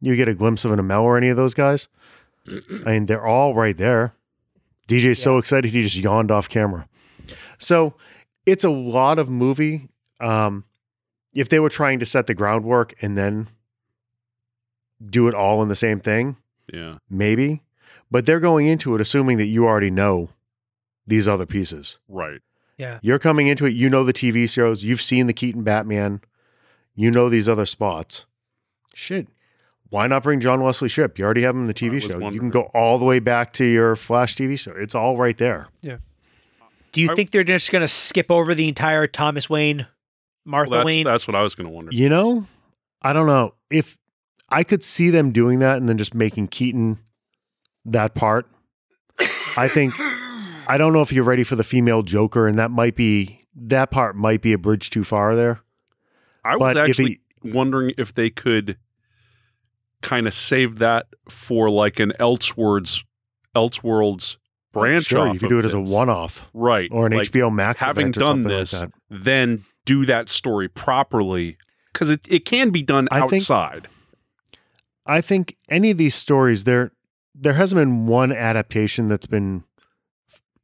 B: you get a glimpse of an Amel or any of those guys. I mean, they're all right there. DJ's so excited he just yawned off camera. So it's a lot of movie. Um, if they were trying to set the groundwork and then do it all in the same thing,
C: Yeah.
B: maybe. But they're going into it assuming that you already know these other pieces.
C: Right.
A: Yeah.
B: You're coming into it. You know the TV shows. You've seen the Keaton Batman. You know these other spots. Shit. Why not bring John Wesley Ship? You already have him in the
C: I
B: TV
C: was
B: show. You can
C: wondering.
B: go all the way back to your Flash TV show. It's all right there.
A: Do you
C: Are-
A: think they're just gonna skip over the entire Thomas Wayne, Martha
C: Well, that's,
A: Wayne?
C: that's what I was going to wonder.
B: You know, I don't know if I could see them doing that and then just making Keaton that part. I
C: [coughs]
B: think I don't know if you're ready for the female Joker, and that might be that part might be a bridge too far there.
C: I was
B: But if
C: actually
B: he,
C: wondering if they could kind of save that for like an Elseworlds Elseworlds branch
B: sure,
C: off
B: you could
C: of
B: do it as a
C: this.
B: one-off.
C: right
B: or an
C: like,
B: HBO Max.
C: having
B: event or
C: done
B: something like
C: this
B: that.
C: then do that story properly because it, it can be done
B: I think-
C: outside
B: I think any of these stories there there hasn't been one adaptation that's been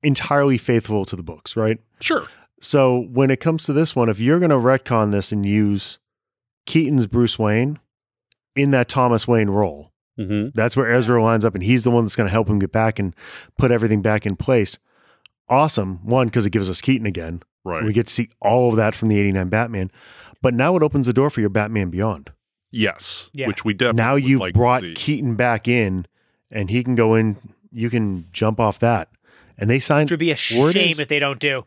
B: entirely faithful to the books, right?
C: sure
B: So when it comes to this one, if you're going to retcon this and use Keaton's Bruce Wayne in that Thomas Wayne role,
C: mm-hmm.
B: that's where Ezra lines up, and he's the one that's going to help him get back and put everything back in place. Awesome, one because it gives us Keaton again.
C: right
B: We get to see all of that from the '89 Batman, but now it opens the door for your Batman Beyond.
C: yes
A: Yeah.
C: which we definitely
B: now
C: would
B: you've
C: like to
B: brought
C: see.
B: Keaton back in, and he can go in. You can jump off that, and they signed.
A: Which would be a shame
B: Word is-
A: if they don't do.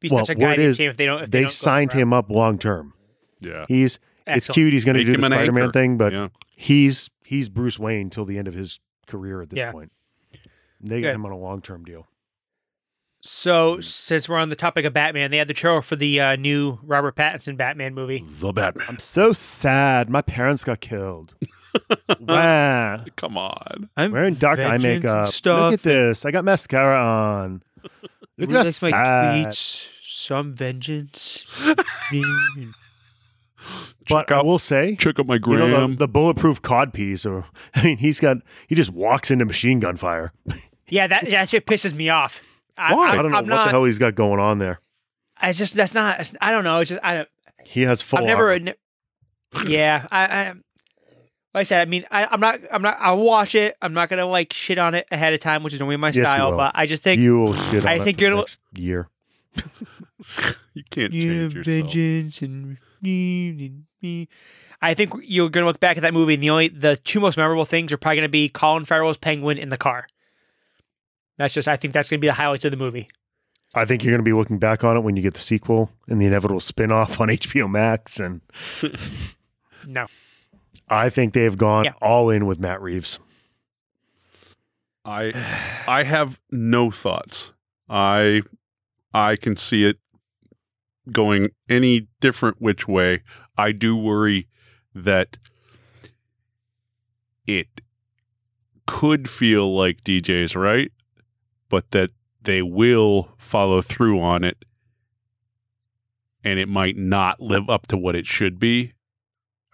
A: Be
B: Well,
A: such a
B: word
A: goddamn
B: is
A: shame if they don't. If
B: They
A: don't go
B: signed
A: for it.
B: him up long term.
C: yeah
B: He's it's
A: Excellent.
B: cute. He's going to
C: Make
B: do
C: him
B: the
C: an
B: Spider Man
C: anchor.
B: thing, but
C: yeah
B: he's he's Bruce Wayne till the end of his career at this
A: Yeah.
B: point. They get
A: Good.
B: him on a long term deal.
A: So since we're on the topic of Batman, they had the trailer for the uh, new Robert Pattinson Batman movie.
C: the Batman
B: I'm so sad. My parents got
C: [laughs]
B: killed. wow.
C: come on
A: I'm
B: Wearing dark eye
A: vengeance and
B: makeup. Look at this. I got mascara on. Look at how
A: Relax my
B: sad.
A: tweets. Some vengeance.
B: But
C: check
B: I
C: out
B: will say,
C: check out my
B: You
C: gram [laughs]
B: know, the, the bulletproof cod piece, or [laughs] I mean, he's got he just walks into machine gun fire.
A: [laughs] yeah, that that shit pisses me off. I,
C: Why?
A: I,
B: I don't know
A: am
B: what
A: not.
B: the hell he's got going on there.
A: It's just that's not. it's- I don't know. It's just I don't.
B: He has full.
A: I've never.
B: armor.
A: ne- yeah, I, I. Like I said, I mean, I, I'm not. I'm not. I'll watch it. I'm not gonna like shit on it ahead of time, which is normally my
B: Yes, you
A: style.
B: will.
A: But I just think
B: you will shit on
A: I
B: it
A: think
B: for
A: you're-
B: next year.
C: you can't
A: Yeah,
C: change yourself
A: vengeance and me, me, me. I think you're going to look back at that movie, and the only the two most memorable things are probably going to be Colin Farrell's penguin in the car. That's just I think that's going to be the highlights of the movie.
B: I think you're going to be looking back on it when you get the sequel and the inevitable spin off on [laughs] HBO Max. And
C: [sighs]
A: No,
B: I think they've gone
A: Yeah.
B: all in with Matt Reeves.
C: I I have no thoughts. I I can see it going any different which way. I do worry that it could feel like DJ's right, but that they will follow through on it and it might not live up to what it should be.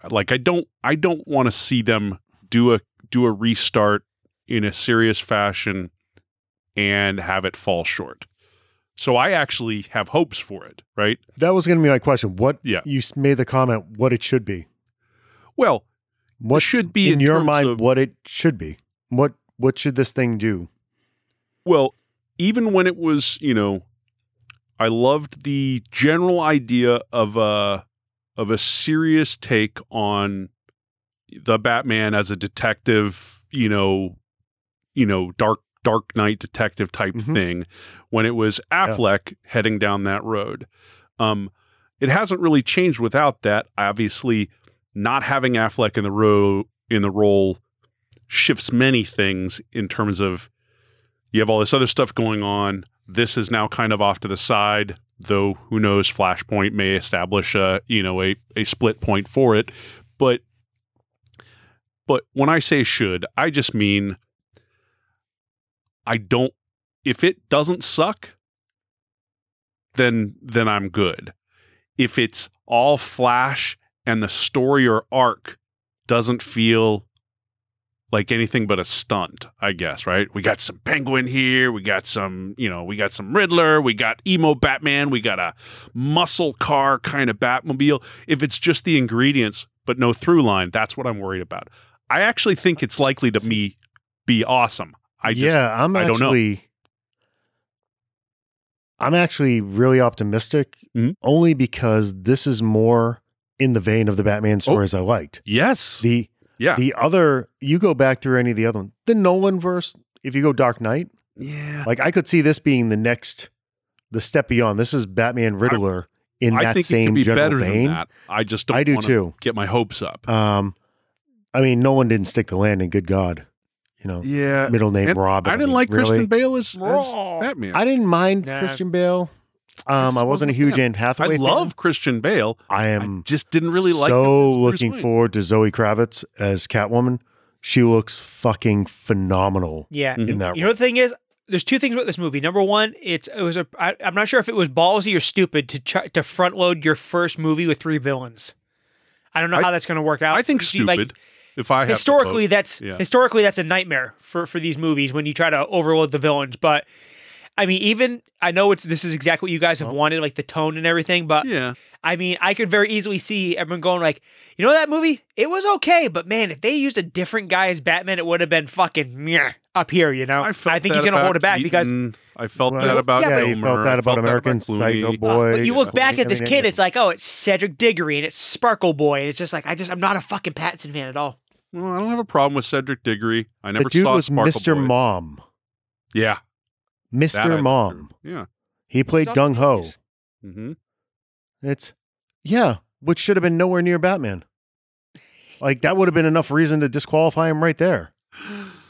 C: Like I don't I don't want to see them do a do a restart in a serious fashion and have it fall short. So I actually have hopes for it, right?
B: That was going to be my question. What
C: Yeah.
B: you s- made the comment, what it should be.
C: Well,
B: What
C: it should be in,
B: in your
C: terms
B: mind,
C: of-
B: what it should be. What what should this thing do?
C: well, even when it was, you know, I loved the general idea of a of a serious take on the Batman as a detective, you know, you know, dark dark knight detective type
B: Mhm.
C: thing when it was Affleck heading down that road. Um it hasn't really changed without that. Obviously, not having Affleck in the row in the role shifts many things in terms of you have all this other stuff going on. This is now kind of off to the side, though who knows Flashpoint may establish a, you know, a a split point for it, but but when I say should, I just mean I don't if it doesn't suck, then then I'm good. If it's all flash and the story or arc doesn't feel like anything but a stunt, I guess, right? We got some penguin here, we got some, you know, we got some Riddler, we got emo Batman, we got a muscle car kind of Batmobile. If it's just the ingredients but no through line, that's what I'm worried about. I actually think it's likely to me be awesome. I just
B: yeah, I'm
C: I don't know.
B: actually I'm actually really optimistic
C: Mhm.
B: only because this is more in the vein of the Batman stories I liked.
C: Yes.
B: The
C: Oh. yeah.
B: the other you go back through any of the other one. The Nolan verse, if you go Dark Knight,
C: yeah.
B: like I could see this being the next the step beyond. This is Batman Riddler in
C: I
B: that
C: think it
B: same
C: could be
B: general
C: better
B: vein.
C: than that. I just don't
B: I do
C: want to
B: too.
C: get my hopes up.
B: Um I mean Nolan didn't stick the landing, good God. You know,
C: yeah.
B: middle name
C: and
B: Robin.
C: I didn't
B: mean,
C: like
B: really?
C: Christian Bale as, as
A: Raw.
C: Batman.
B: I didn't mind
A: Nah.
B: Christian Bale. Um,
C: just
B: I wasn't
C: wasn't
B: a
C: a
B: huge
C: fan.
B: Anne
C: I
B: Hathaway. fan.
C: love Christian Bale.
B: I
C: I
B: am
C: just didn't really like
B: so
C: him as Bruce
B: looking
C: Wayne.
B: forward to Zoe Kravitz as Catwoman. She looks fucking phenomenal
A: yeah.
C: Mhm.
B: in that.
A: You
B: role.
A: know the thing is, there's two things about this movie. Number one, it's it was a I, I'm not sure if it was ballsy or stupid to try, to front load your first movie with three villains. I don't know
C: I-
A: how that's going to work out.
C: I think
A: You see, like,
C: stupid. if I have to vote.
A: historically that's
C: Yeah.
A: historically that's a nightmare for for these movies when you try to overload the villains but i mean even i know it's this is exactly what you guys have wanted like the tone and everything but
C: yeah,
A: i mean i could very easily see everyone going like you know that movie it was okay but man if they used a different guy as batman it would have been fucking meh up here you know
C: I, felt
A: think he's
C: that
A: gonna
C: about
A: hold it back because
C: Keaton. I felt
B: Well,
C: that about
B: yeah,
C: Kilmer.
B: you felt
C: I
B: that about American
C: Clooney.
B: Psycho
A: Uh,
B: Boy.
A: but you look
B: yeah.
A: back at this
B: I mean,
A: kid, it's like, oh, it's Cedric Diggory and it's Sparkle Boy, and it's just like, I just, I'm not a fucking Pattinson fan at all.
C: Ah, Well, I don't have a problem with Cedric Diggory. I
B: the
C: never
B: dude
C: saw
B: was
C: Sparkle
B: Mr.
C: Boy.
B: Mom.
C: Yeah, that I
B: Mr.
C: went
B: Mom.
C: through. Yeah.
B: He played
A: Doctor
B: Gung Ho.
A: Jeeves.
C: Mm-hmm.
B: It's yeah, which should have been nowhere near Batman. Like that would have been enough reason to disqualify him right there.
C: mm-hmm.
A: [gasps]
C: [gasps]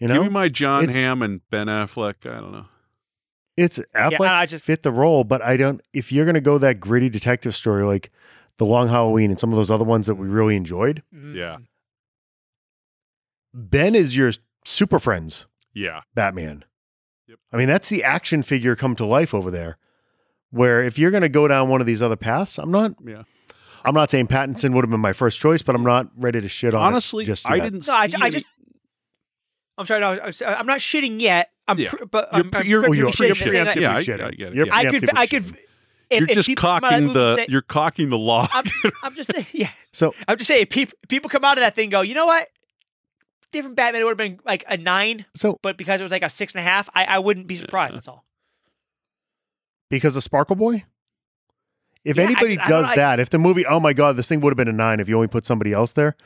B: You
C: Give me
B: know,
C: my John
B: It's-
C: Hamm and Ben Affleck. I don't know.
B: it's Affleck
A: Yeah, I just,
B: fit the role, but I don't. If you're gonna go that gritty detective story like the Long Halloween and some of those other ones that we really enjoyed,
A: mm.
C: Yeah,
B: Ben is your super friends
C: yeah.
B: Batman.
C: Yep.
B: I mean, that's the action figure come to life over there. Where if you're gonna go down one of these other paths, I'm not.
C: Yeah.
B: I'm not saying Pattinson would have been my first choice, but I'm not ready to shit on. it
C: Honestly,
B: just
C: I
B: yet.
C: didn't.
A: No, I,
C: see
A: I
C: any-
A: just. I'm sorry. No, I was- I'm not shitting yet. I'm,
C: Yeah.
A: pr- but
C: You're
A: I'm,
C: pre-
A: I'm
C: you're-
A: pre-
C: oh,
B: you're
A: saying
B: preemptively
A: that-
B: shitting.
C: Yeah, I-
B: shitting.
C: I get it,
B: You're
C: yeah.
A: I could.
B: preemptively
A: I could.
B: shitting.
A: If,
C: you're
A: if
C: just
A: people come out of that
C: cocking
A: movie
C: the.
A: say-
C: you're cocking the law.
A: I'm,
C: [laughs]
A: I'm just. Yeah.
B: So
A: I'm just saying. People people come out of that thing. Go. You know what? Different Batman would have been like a nine,
B: so
A: but because it was like a six and a half, I, I wouldn't be surprised. That's all.
B: because of Sparkle Boy, If
A: Yeah, I
B: anybody
A: just- I don't
B: does
A: know, I-
B: that, if the movie, oh my god, this thing would have been a nine if you only put somebody else there,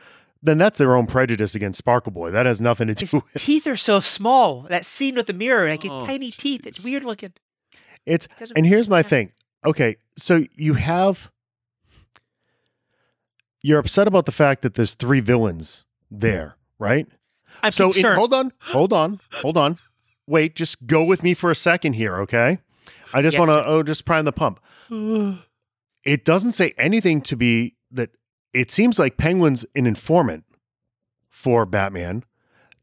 B: then that's their own prejudice against Sparkle Boy. That has nothing to do
C: [laughs]
A: His
B: with
A: teeth are so small. That scene with the mirror, like his
C: Oh,
A: tiny teeth. It's
C: jeez.
A: weird looking.
B: It's
A: Doesn't-
B: and here's my
A: yeah.
B: thing. Okay, so you have you're upset about the fact that there's three villains there, right?
A: I'm
B: so it-
A: concerned.
B: hold on, hold on,
A: [gasps]
B: hold on. Wait, just go with me for a second here, okay? I just
A: Yes,
B: want
A: sir.
B: to oh, just prime the pump. It doesn't say anything to be that. It seems like Penguin's an informant for Batman.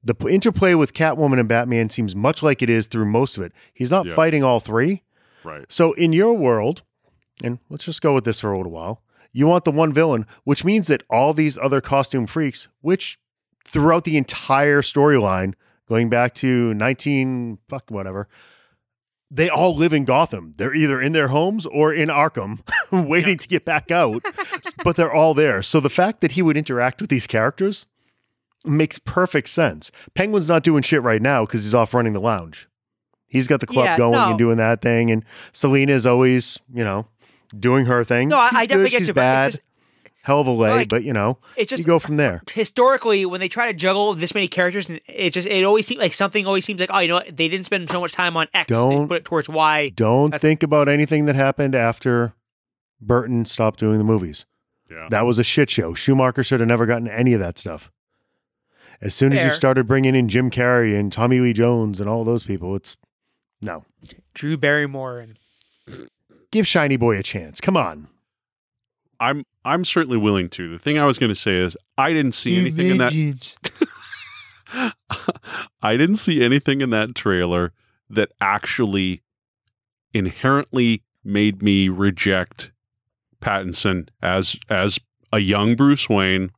B: The p- interplay with Catwoman and Batman seems much like it is through most of it. He's not
C: Yeah.
B: fighting all three.
C: Right.
B: So in your world, and let's just go with this for a little while, you want the one villain, which means that all these other costume freaks, which throughout the entire storyline, going back to 19 fuck whatever, they all live in Gotham. They're either in their homes or in Arkham [laughs] waiting to get back out, but they're all there. So the fact that he would interact with these characters makes perfect sense. Penguin's not doing shit right now because he's off running the lounge. He's got the club
A: Yeah,
B: going
A: no.
B: and doing that thing, and Selena is always, you know, doing her thing.
A: No, I-
B: She's
A: I definitely
B: good,
A: get
B: she's
A: you, but it
B: bad.
A: just-
B: Hell of a lay,
A: Like,
B: but you know,
A: It's just
B: you go from there.
A: historically when they try to juggle this many characters, and it just it always seems like something always seems like oh you know what they didn't spend so much time on X,
B: Don't-
A: they put it towards Y.
B: Don't
A: That's-
B: think about anything that happened after Burton stopped doing the movies.
C: Yeah.
B: That was a shit show. Schumacher should have never gotten any of that stuff. As soon as you
A: Fair.
B: started bringing in Jim Carrey and Tommy Lee Jones and all those people, it's no.
A: Drew Barrymore and
B: Give Shiny Boy a chance. Come on.
C: I'm I'm certainly willing to. The thing I was going to say is I didn't see anything in that [laughs] I didn't see anything in that trailer that actually inherently made me reject Pattinson as as a young Bruce Wayne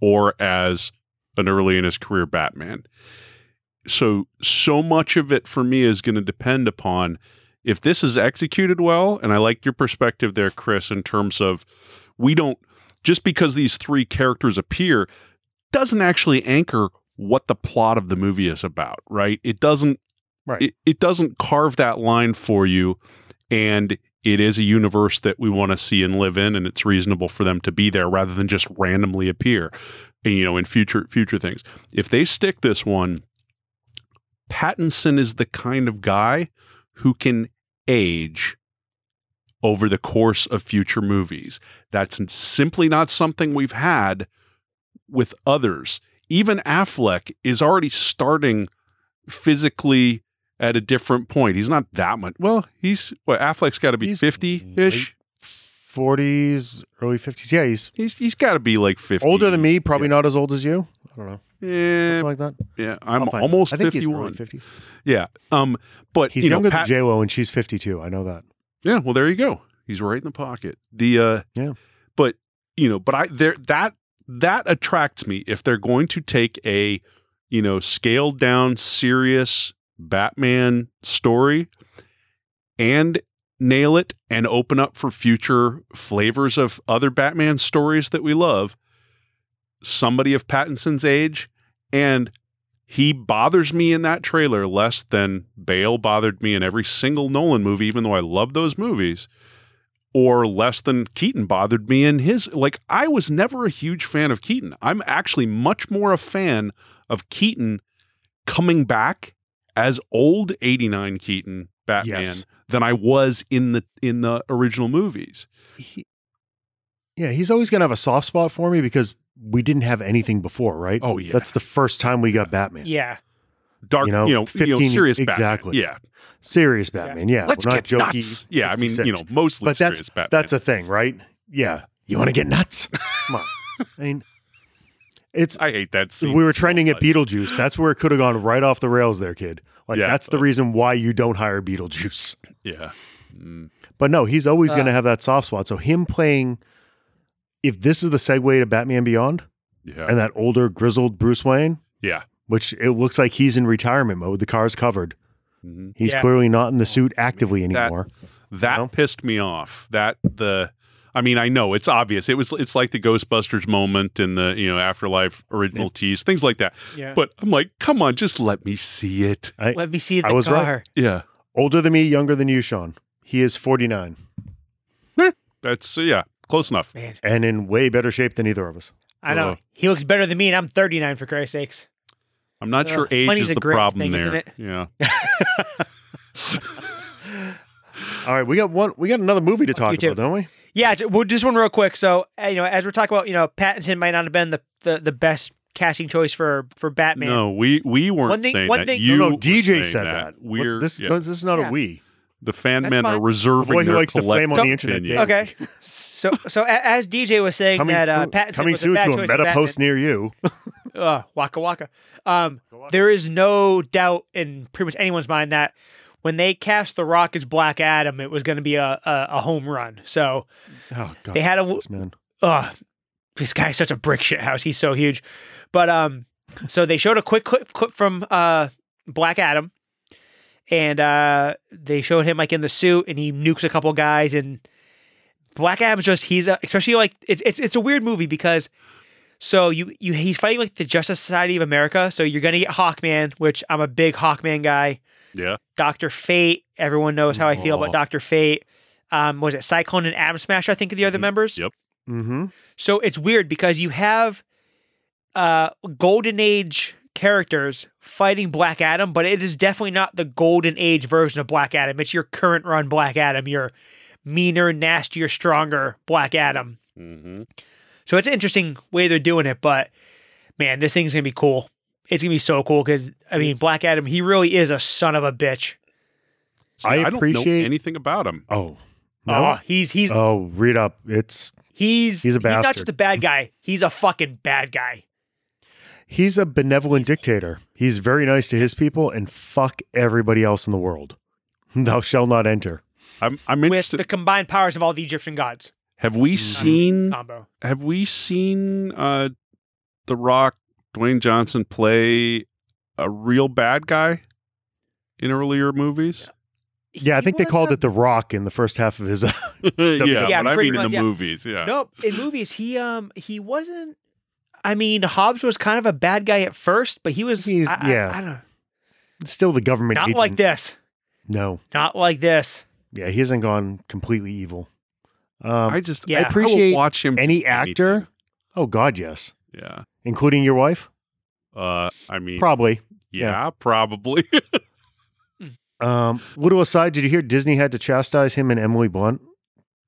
C: or as an early in his career Batman. So so much of it for me is going to depend upon if this is executed well and I like your perspective there Chris in terms of we don't just because these three characters appear doesn't actually anchor what the plot of the movie is about, right? It doesn't
B: Right.
C: it, it doesn't carve that line for you and it is a universe that we want to see and live in and it's reasonable for them to be there rather than just randomly appear and, you know in future future things if they stick this one pattinson is the kind of guy who can age over the course of future movies that's simply not something we've had with others even affleck is already starting physically at a different point. He's not that much. Well, he's well, Affleck's got to be
B: He's
C: fifty ish.
B: 40s, early 50s. Yeah, he's
C: He's he's got to be like fifty.
B: older than me, probably
C: yeah.
B: not as old as you. I don't know. Something
C: Yeah,
B: like that.
C: yeah.
B: I'll
C: I'm
B: find-
C: almost
B: I think
C: fifty
B: he's early
C: one.
B: 50.
C: Yeah. Um. But
B: He's
C: you know,
B: younger
C: Pat-
B: than J Lo and she's 52. I know that.
C: Yeah, well there you go. He's right in the pocket. The uh
B: Yeah.
C: But you know, but I there that that attracts me if they're going to take a, you know, scaled down serious Batman story and nail it and open up for future flavors of other Batman stories that we love. Somebody of Pattinson's age and he bothers me in that trailer less than Bale bothered me in every single Nolan movie, even though I love those movies, or less than Keaton bothered me in his. Like, I was never a huge fan of Keaton. I'm actually much more a fan of Keaton coming back as old 89 Keaton Batman
B: Yes.
C: than I was in the in the original movies.
B: He, yeah, he's always going to have a soft spot for me because we didn't have anything before, right?
C: Oh, yeah.
B: That's the first time we got Batman.
A: yeah.
C: Dark,
B: You
C: you
B: know,
C: know, you know,
B: 15
C: serious Batman.
B: exactly.
C: Yeah.
B: Serious Batman. Yeah.
C: Let's
B: we're
C: get
B: not jokey.
C: nuts. Yeah, I mean,
B: 66.
C: you know, mostly
B: But that's-
C: serious Batman.
B: That's a thing, right? Yeah. You want to get
C: [laughs]
B: nuts? Come on. I mean, it's
C: I hate that scene.
B: we were
C: so
B: trending at
C: much.
B: Beetlejuice. That's where it could have gone right off the rails there, kid. Like
C: Yeah.
B: that's the reason why you don't hire Beetlejuice.
C: Yeah. Mm.
B: But no, he's always
A: Uh.
B: going to have that soft spot. So him playing if this is the segue to Batman Beyond
C: Yeah.
B: and that older grizzled Bruce Wayne,
C: yeah.
B: which it looks like he's in retirement mode, the car's covered.
C: Mhm.
B: He's
A: Yeah.
B: clearly not in the suit actively
C: that-
B: anymore.
C: That
B: No?
C: pissed me off. That the I mean, I know it's obvious. It was it's like the Ghostbusters moment and the, you know, afterlife original tease, things like that.
A: Yeah.
C: But I'm like, come on, just let me see it.
A: Let me see the
B: I was right.
A: car.
C: Yeah.
B: Older than me, younger than you, Sean. He is 49.
C: That's yeah, close enough.
A: Man,
B: and in way better shape than either of us.
A: I know
C: Ugh.
A: he looks better than me, and I'm 39 for Christ's sakes.
C: I'm not sure
A: Ugh,
C: age
A: money's
C: is
A: a
C: the
A: great
C: problem
A: thing,
C: there.
A: isn't it?
C: Yeah.
B: All right, we got one. We got another movie to talk
A: you, too.
B: about, don't we?
A: Yeah, ju- well, just one real quick. So uh, you know, as we're talking about, you know, Pattinson might not have been the the, the best casting choice for for Batman.
C: No, we we weren't
A: One thing-
C: saying
A: one
C: that.
A: thing-
C: you
B: no, no,
C: were
B: DJ
C: saying
B: said
C: that.
B: that. What's
C: We're
B: this,
C: yeah.
B: no, this is not
A: Yeah.
B: a we.
C: the fan
A: That's
C: men
A: fine.
C: are
B: The
C: reserving
B: boy who
C: their
B: likes to flame on
C: collective
B: the internet.
C: opinion.
B: Dave.
A: Okay, so so a- as DJ was saying
B: Coming,
A: that uh,
B: through-
A: Pattinson
B: coming
A: was
B: soon
A: a bad
B: to
A: choice
B: a
A: for
B: meta
A: Batman.
B: post near you.
A: uh, waka waka. Um, there is no doubt in pretty much anyone's mind that when they cast The Rock as Black Adam, it was going to be a, a a home run. So
B: Oh God,
A: they had a
B: this man.
A: Ugh, this guy's such a brick shit house. He's so huge. But um, so they showed a quick clip, clip from uh Black Adam, and uh they showed him like in the suit, and he nukes a couple guys, and Black Adam's just he's a, especially like it's it's it's a weird movie because. So you you he's fighting like the Justice Society of America. So you're gonna get Hawkman, which I'm a big Hawkman guy.
C: Yeah.
A: Doctor Fate, everyone knows how I feel about
C: Oh.
A: Doctor Fate. Um, was it Cyclone and Atom Smash? I think are the other
C: Mhm.
A: members.
C: Yep.
B: Mm-hmm.
A: So it's weird because you have uh golden age characters fighting Black Adam, but it is definitely not the golden age version of Black Adam. It's your current run Black Adam, your meaner, nastier, stronger Black Adam.
C: hmm
A: So it's an interesting way they're doing it, but man, this thing's gonna be cool. It's gonna be so cool because I mean, Black Adam, he really is a son of a bitch.
C: See,
B: I
C: I, don't
B: appreciate-
C: know anything about him.
B: Oh,
A: Oh,
B: no.
A: he's he's
B: oh, read up. It's
A: he's
B: he's a
A: He's not
B: bastard.
A: just a bad guy. He's a fucking bad guy.
B: He's a benevolent dictator. He's very nice to his people and fuck everybody else in the world. Thou shall not enter.
C: I'm I'm
A: With
C: interested.
A: the Mm-hmm. combined powers of all the Egyptian gods
C: have we seen
A: combo.
C: have we seen uh The Rock, Dwayne Johnson play a real bad guy in earlier movies?
B: Yeah, I
A: He
B: think they
A: was
B: called
A: a-
B: it the Rock in the first half of his. [laughs]
C: [laughs] yeah,
A: Yeah,
C: but I
A: pretty
C: mean in
A: much,
C: the
A: yeah.
C: movies, yeah.
A: No, in movies he um he wasn't. I mean, Hobbs was kind of a bad guy at first, but he was.
B: He's-
A: I, I-
B: yeah.
A: I, don't know.
B: It's still the government.
A: Not
B: agent.
A: like this.
B: No.
A: Not like this.
B: Yeah, he hasn't gone completely evil. Um,
C: I just
A: Yeah.
C: I
A: I
B: appreciate
C: will watch him
B: any
C: do
B: actor? Oh God, yes,
C: anything. Yeah.
B: including your wife,
C: Uh I mean
B: probably.
C: yeah, probably. [laughs]
B: Um, little aside, did you hear Disney had to chastise him and Emily Blunt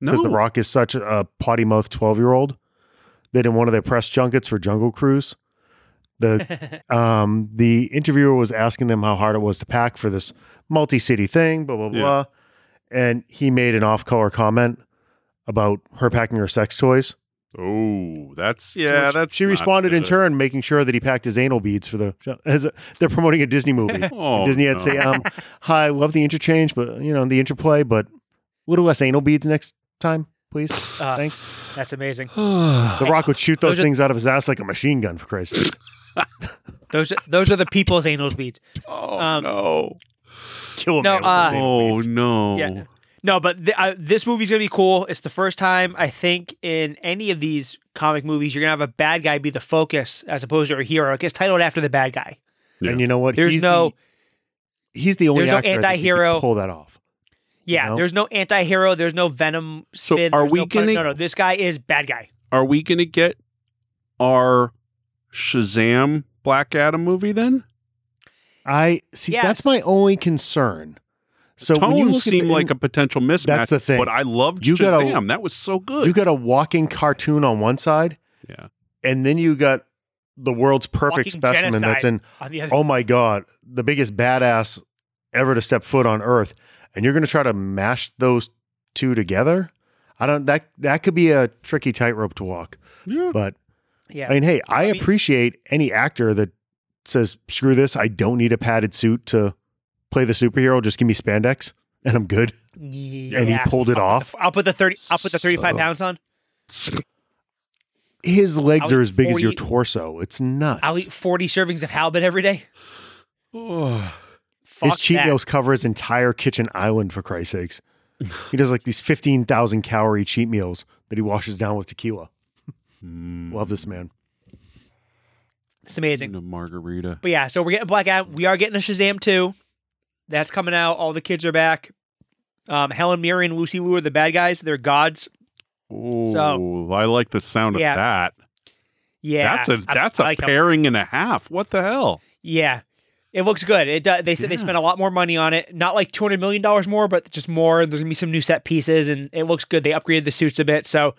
C: no.
B: because The Rock is such a potty mouth twelve year old that in one of their press junkets for Jungle Cruise, the
C: [laughs]
B: um, the interviewer was asking them how hard it was to pack for this multi city thing, blah, blah,
C: Yeah.
B: blah. And he made an off color comment about her packing her sex toys.
C: Oh, that's
B: To
C: yeah.
B: which
C: That's
B: she
C: not
B: responded in
C: good.
B: turn, making sure that he packed his anal beads for the. show- [laughs] As a, they're promoting a Disney
C: [laughs]
B: movie.
C: Oh,
B: Disney had
C: no. [sighs]
B: say, [sighs]
C: [laughs]
B: um, "Hi, love the interchange, but you know the interplay, but a little less anal beads next time, please.
A: [laughs] Uh, [laughs]
B: Thanks."
A: That's amazing.
B: The Rock would shoot those,
A: Those are-
B: things out of his ass like a machine gun, for Christ's
A: [laughs]
B: sake.
A: Those are- those are the people's anal beads.
C: oh
A: um,
C: no!
B: Kill him.
A: No, uh,
C: Oh no!
A: Yeah. No, but th- I, this movie's gonna be cool. It's the first time I think in any of these comic movies you're gonna have a bad guy be the focus as opposed to a hero. It gets titled after the bad guy.
B: And you know what?
A: There's
B: He's
A: no
B: the, he's the only
A: there's no
B: actor I think who could
A: anti-hero.
B: pull that off.
A: yeah.
B: No.
A: There's no anti-hero. There's no venom
C: So
A: spin.
C: are
A: there's
C: we
A: no, pun-
C: gonna-
A: No, no. This guy is bad guy.
C: Are we gonna get our Shazam Black Adam movie then?
B: I see. That's
A: Yes.
B: my only concern. So when you
C: Tone
B: look at
C: seemed
B: the-
C: like a potential mismatch.
B: That's the thing.
C: But I loved
B: You gotta-
C: Shazam. that was so good.
B: you got a walking cartoon on one side,
C: yeah.
B: and then you got the world's perfect
A: Walking
B: specimen that's in.
A: On the other,
B: Oh my god, the biggest badass ever to step foot on Earth, and you're going to try to mash those two together. I don't that that could be a tricky tightrope to walk.
C: Yeah.
B: But
A: yeah.
B: I mean, hey, I
A: I mean-
B: appreciate any actor that says, "Screw this! I don't need a padded suit to play the superhero. Just give me spandex, and I'm good."
A: Yeah.
B: And he pulled it
A: I'll put
B: off.
A: the- I'll put the thirty. I'll put the thirty-five
B: So-
A: pounds on.
C: [sighs]
B: His legs
A: I'll
B: are
A: eat
B: as big as your
A: 40
B: torso. It's nuts.
A: I'll eat forty servings of halibut every day.
C: Oh,
A: Fuck
B: His cheat
A: that.
B: meals cover his entire kitchen island for Christ's sakes. He does like these fifteen thousand calorie cheat meals that he washes down with tequila.
C: mm,
B: Love this man.
A: It's amazing.
C: and a margarita.
A: But yeah, so we're getting Black Adam. We are getting a Shazam 2. That's coming out. All the kids are back. Um, Helen Mirren and Lucy Liu are the bad guys. They're gods.
C: Oh,
A: So-
C: I like the sound
A: Yeah.
C: of that.
A: Yeah,
C: that's a
A: I-
C: that's a
A: I like how-
C: pairing and a half. What the hell?
A: Yeah, it looks good. It does. They said they
C: Yeah.
A: spent a lot more money on it. Not like two hundred million dollars more, but just more. There's gonna be some new set pieces, and it looks good. They upgraded the suits a bit, so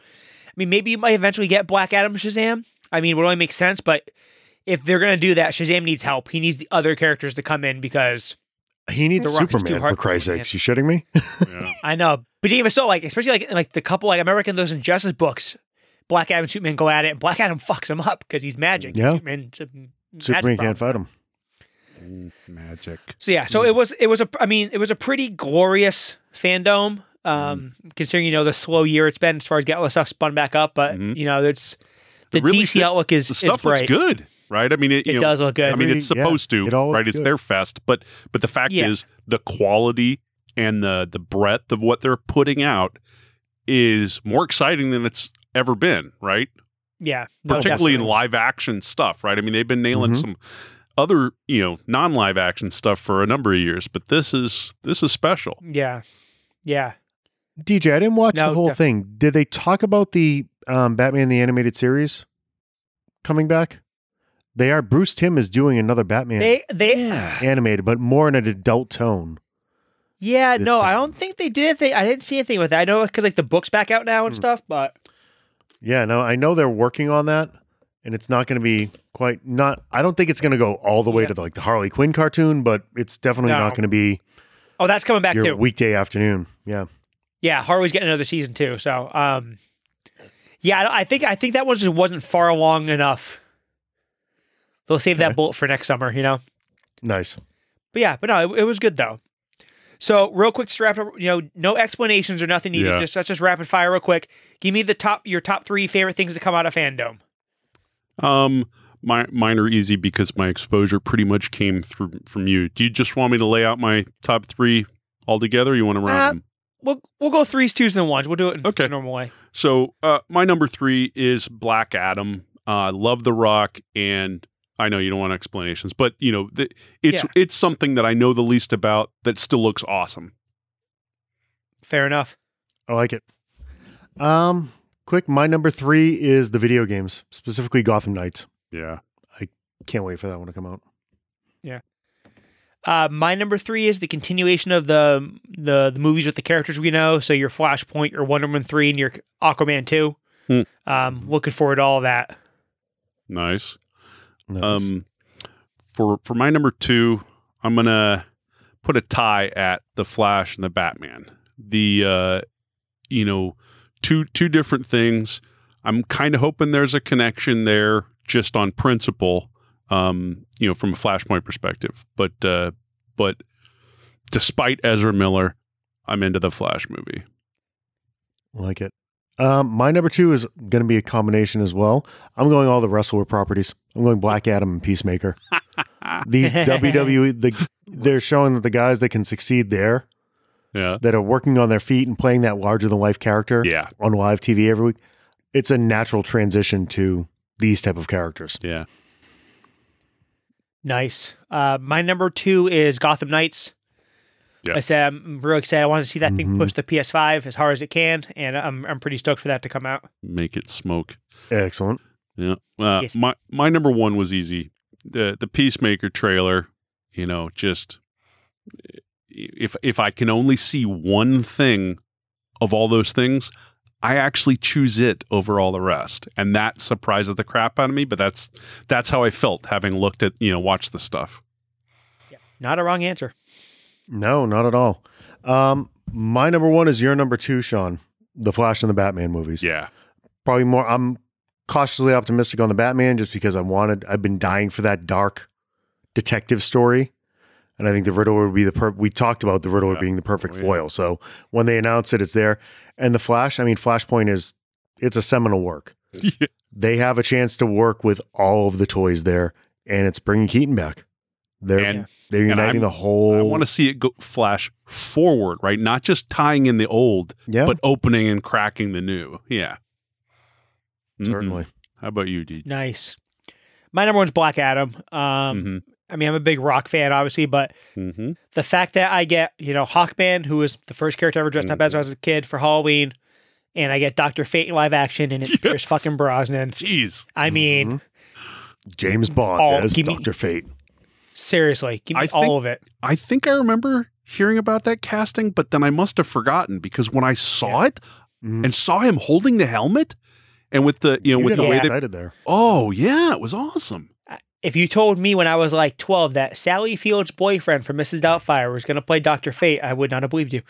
A: I mean, maybe you might eventually get Black Adam Shazam. I mean, it would only make sense, but if they're gonna do that, Shazam needs help. He needs the other characters to come in because
B: He needs
A: The Rock is too
B: Superman
A: hard
B: for Christ's
A: for him,
B: sakes. You shitting me?
C: Yeah.
A: I know, but even so, like especially like like the couple like American those Injustice books, Black Adam and Superman go at it, and Black Adam [laughs] fucks him up because he's magic.
B: Yeah.
A: Superman, Superman
B: Superman
A: problem.
B: can't fight him.
C: [laughs] Ooh, Magic.
A: So yeah,
C: Hmm.
A: so it was it was a I mean it was a pretty glorious fandom, um,
C: Hmm.
A: considering you know the slow year it's been as far as getting all the stuff spun back up, but
C: Mhm.
A: you know it's the
C: It really
A: DC
C: sti-
A: outlook is
C: The
A: is
C: stuff
A: bright.
C: looks good, right? I mean, it,
A: It
C: you know,
A: does look good.
C: I mean,
B: Every-
C: it's
B: yeah,
C: supposed to,
B: it all
C: right?
B: looks
C: It's
B: good.
C: their fest, but but the fact
A: Yeah.
C: is, the quality and the the breadth of what they're putting out is more exciting than it's ever been, right?
A: yeah, no,
C: Particularly in
A: definitely.
C: live action stuff, right? I mean, they've been nailing
B: Mhm.
C: some other, you know, non live action stuff for a number of years, but this is this is special.
A: yeah, yeah.
B: DJ, I didn't watch
A: No,
B: the whole
A: def-
B: thing. Did they talk about the um, Batman the animated series coming back? They are Bruce Tim is doing another Batman
A: They they
B: animated, but more in an adult tone.
A: yeah
B: This
A: no I
B: time.
A: don't think they did anything. I didn't see anything with that. I know because like the book's back out now and
B: Hmm.
A: stuff, but
B: Yeah, no, I know they're working on that, and it's not going to be quite not. I don't think it's going to go all the way
A: Yeah.
B: to like the Harley Quinn cartoon, but it's definitely
A: No.
B: not going to be
A: oh that's coming back
B: your
A: too.
B: weekday afternoon. Yeah,
A: Yeah, Harley's getting another season too. So, um, yeah, I, don't- I think I think that one just wasn't far along enough. They'll save
B: Okay.
A: that bullet for next summer, you know.
B: nice.
A: But yeah, but no, it, it was good though. So real quick, just to wrap up. You know, no explanations or nothing needed.
C: Yeah.
A: Just let's just rapid fire real quick. Give me the top your top three favorite things to come out of fandom.
C: Um, my mine are easy because my exposure pretty much came from from you. Do you just want me to lay out my top three altogether? Or you want to round
A: Uh,
C: them?
A: We'll we'll go threes, twos, and ones. We'll do it in the
C: Okay.
A: normal way.
C: So uh, my number three is Black Adam. Uh, I love The Rock, and I know you don't want explanations, but you know the, it's
A: Yeah.
C: it's something that I know the least about that still looks awesome.
A: Fair enough.
B: I like it. Um, quick, my number three is the video games, specifically Gotham Knights.
C: Yeah,
B: Can't wait for that one to come out.
A: Uh, my number three is the continuation of the, the the movies with the characters we know. So your Flashpoint, your Wonder Woman three, and your Aquaman two.
C: Hmm.
A: Um, looking forward to all that.
C: nice.
B: Nice.
C: Um, for for my number two, I'm gonna put a tie at the Flash and the Batman. The uh, you know, two two different things. I'm kind of hoping there's a connection there, just on principle. Um, you know, from a Flashpoint perspective, but uh, but despite Ezra Miller, I'm into the Flash movie.
B: I like it. Um, my number two is going to be a combination as well. I'm going all the wrestler properties. I'm going Black Adam and Peacemaker. These WWE, the, they're showing that the guys that can succeed there,
C: Yeah,
B: that are working on their feet and playing that larger than life character
C: yeah,
B: on live TV every week, it's a natural transition to these type of characters.
C: yeah.
A: Nice. Uh, my number two is Gotham Knights.
C: Yeah.
A: I said I'm really excited. I want to see that thing
B: Mhm.
A: push the PS5 as hard as it can, and I'm I'm pretty stoked for that to come out.
C: Make it smoke.
B: Excellent.
C: Yeah. Uh,
A: Yes.
C: My my number one was easy. The the Peacemaker trailer, you know, just if if I can only see one thing of all those things, I actually choose it over all the rest. And that surprises the crap out of me, but that's that's how I felt having looked at, you know, watched the stuff.
A: Not a wrong answer.
B: No, not at all. Um, my number one is your number two, Sean. The Flash and the Batman movies.
C: Yeah.
B: probably more I'm cautiously optimistic on the Batman just because I wanted I've been dying for that dark detective story. And I think the Riddler would be the per- we talked about the Riddler
C: Yeah.
B: being the perfect
C: Oh, yeah.
B: foil. So when they announce it, it's there. And the Flash, I mean, Flashpoint is it's a seminal work.
C: [laughs] Yeah.
B: They have a chance to work with all of the toys there, and it's bringing Keaton back. They're
C: And-
B: they're
C: and
B: uniting
C: I'm-
B: the whole.
C: I want to see it go flash forward, right? Not just tying in the old,
B: yeah,
C: but opening and cracking the new. Yeah. Mhm.
B: certainly.
C: How about you, D?
A: Nice. My number one's Black Adam. Um,
C: Hmm.
A: I mean, I'm a big rock fan, obviously, but
C: Mm-hmm.
A: the fact that I get, you know, Hawkman, who was the first character I ever dressed up as when I was a kid for Halloween, and I get Doctor Fate in live action, and it's Pierce
C: [laughs] Yes.
A: fucking Brosnan.
C: Jeez.
A: I mean,
B: Mhm. James Bond
A: Oh,
B: as
A: give me-
B: Doctor Fate.
A: seriously, give me
C: I think-
A: all of it.
C: I think I remember hearing about that casting, but then I must have forgotten because when I saw it
B: Mhm.
C: and saw him holding the helmet and with the Mm-hmm. you know
B: You
C: with
B: got
C: the
B: all
A: way that-
B: excited there.
C: oh yeah, it was awesome.
A: If you told me when I was like twelve that Sally Field's boyfriend from Mrs. Doubtfire was going to play Doctor Fate, I would not have believed you.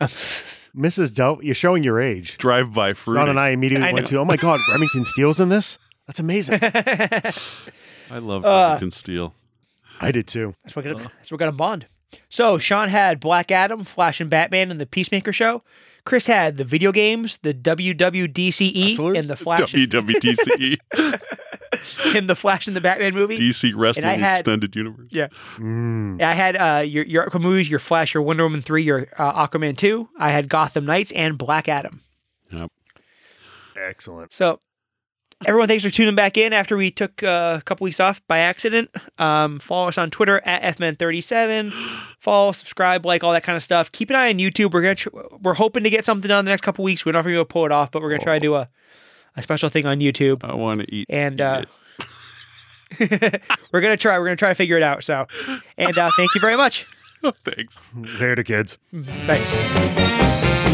A: Um,
B: Mrs. Doubt, you're showing your age.
C: Drive by
B: Ron
C: fruit.
B: and I immediately
A: I
B: went to, oh my God, Remington Steele's in this? That's amazing.
C: I love
A: Uh,
C: Remington Steele.
B: I did too.
A: That's what we're
C: Uh-huh.
A: gonna, that's what we're gonna bond. So Sean had Black Adam, Flash, and Batman in the Peacemaker show. Chris had the video games, the WWDCE,
B: Wrestlers?
A: E, and the Flash
C: WWDC E.
A: and the Flash and the Batman movie.
C: [laughs] DC Wrestling
A: had-
C: Extended Universe.
B: Mm.
A: And I had uh, your your upcoming movies, your Flash, your Wonder Woman three, your uh, Aquaman two. I had Gotham Knights and Black Adam.
B: Excellent.
A: So everyone, thanks for tuning back in after we took uh, a couple weeks off by accident. Um, follow us on Twitter at fmen37. Follow, subscribe, like all that kind of stuff. Keep an eye on YouTube. We're gonna tr- we're hoping to get something done in the next couple weeks. We're not gonna be able to pull it off, but we're gonna try to do a a special thing on YouTube.
C: I want to eat.
A: And uh, [laughs] we're gonna try. We're gonna try to figure it out. So,
C: [laughs]
A: and uh, thank you very much.
C: Thanks.
B: Later, kids.
A: Bye.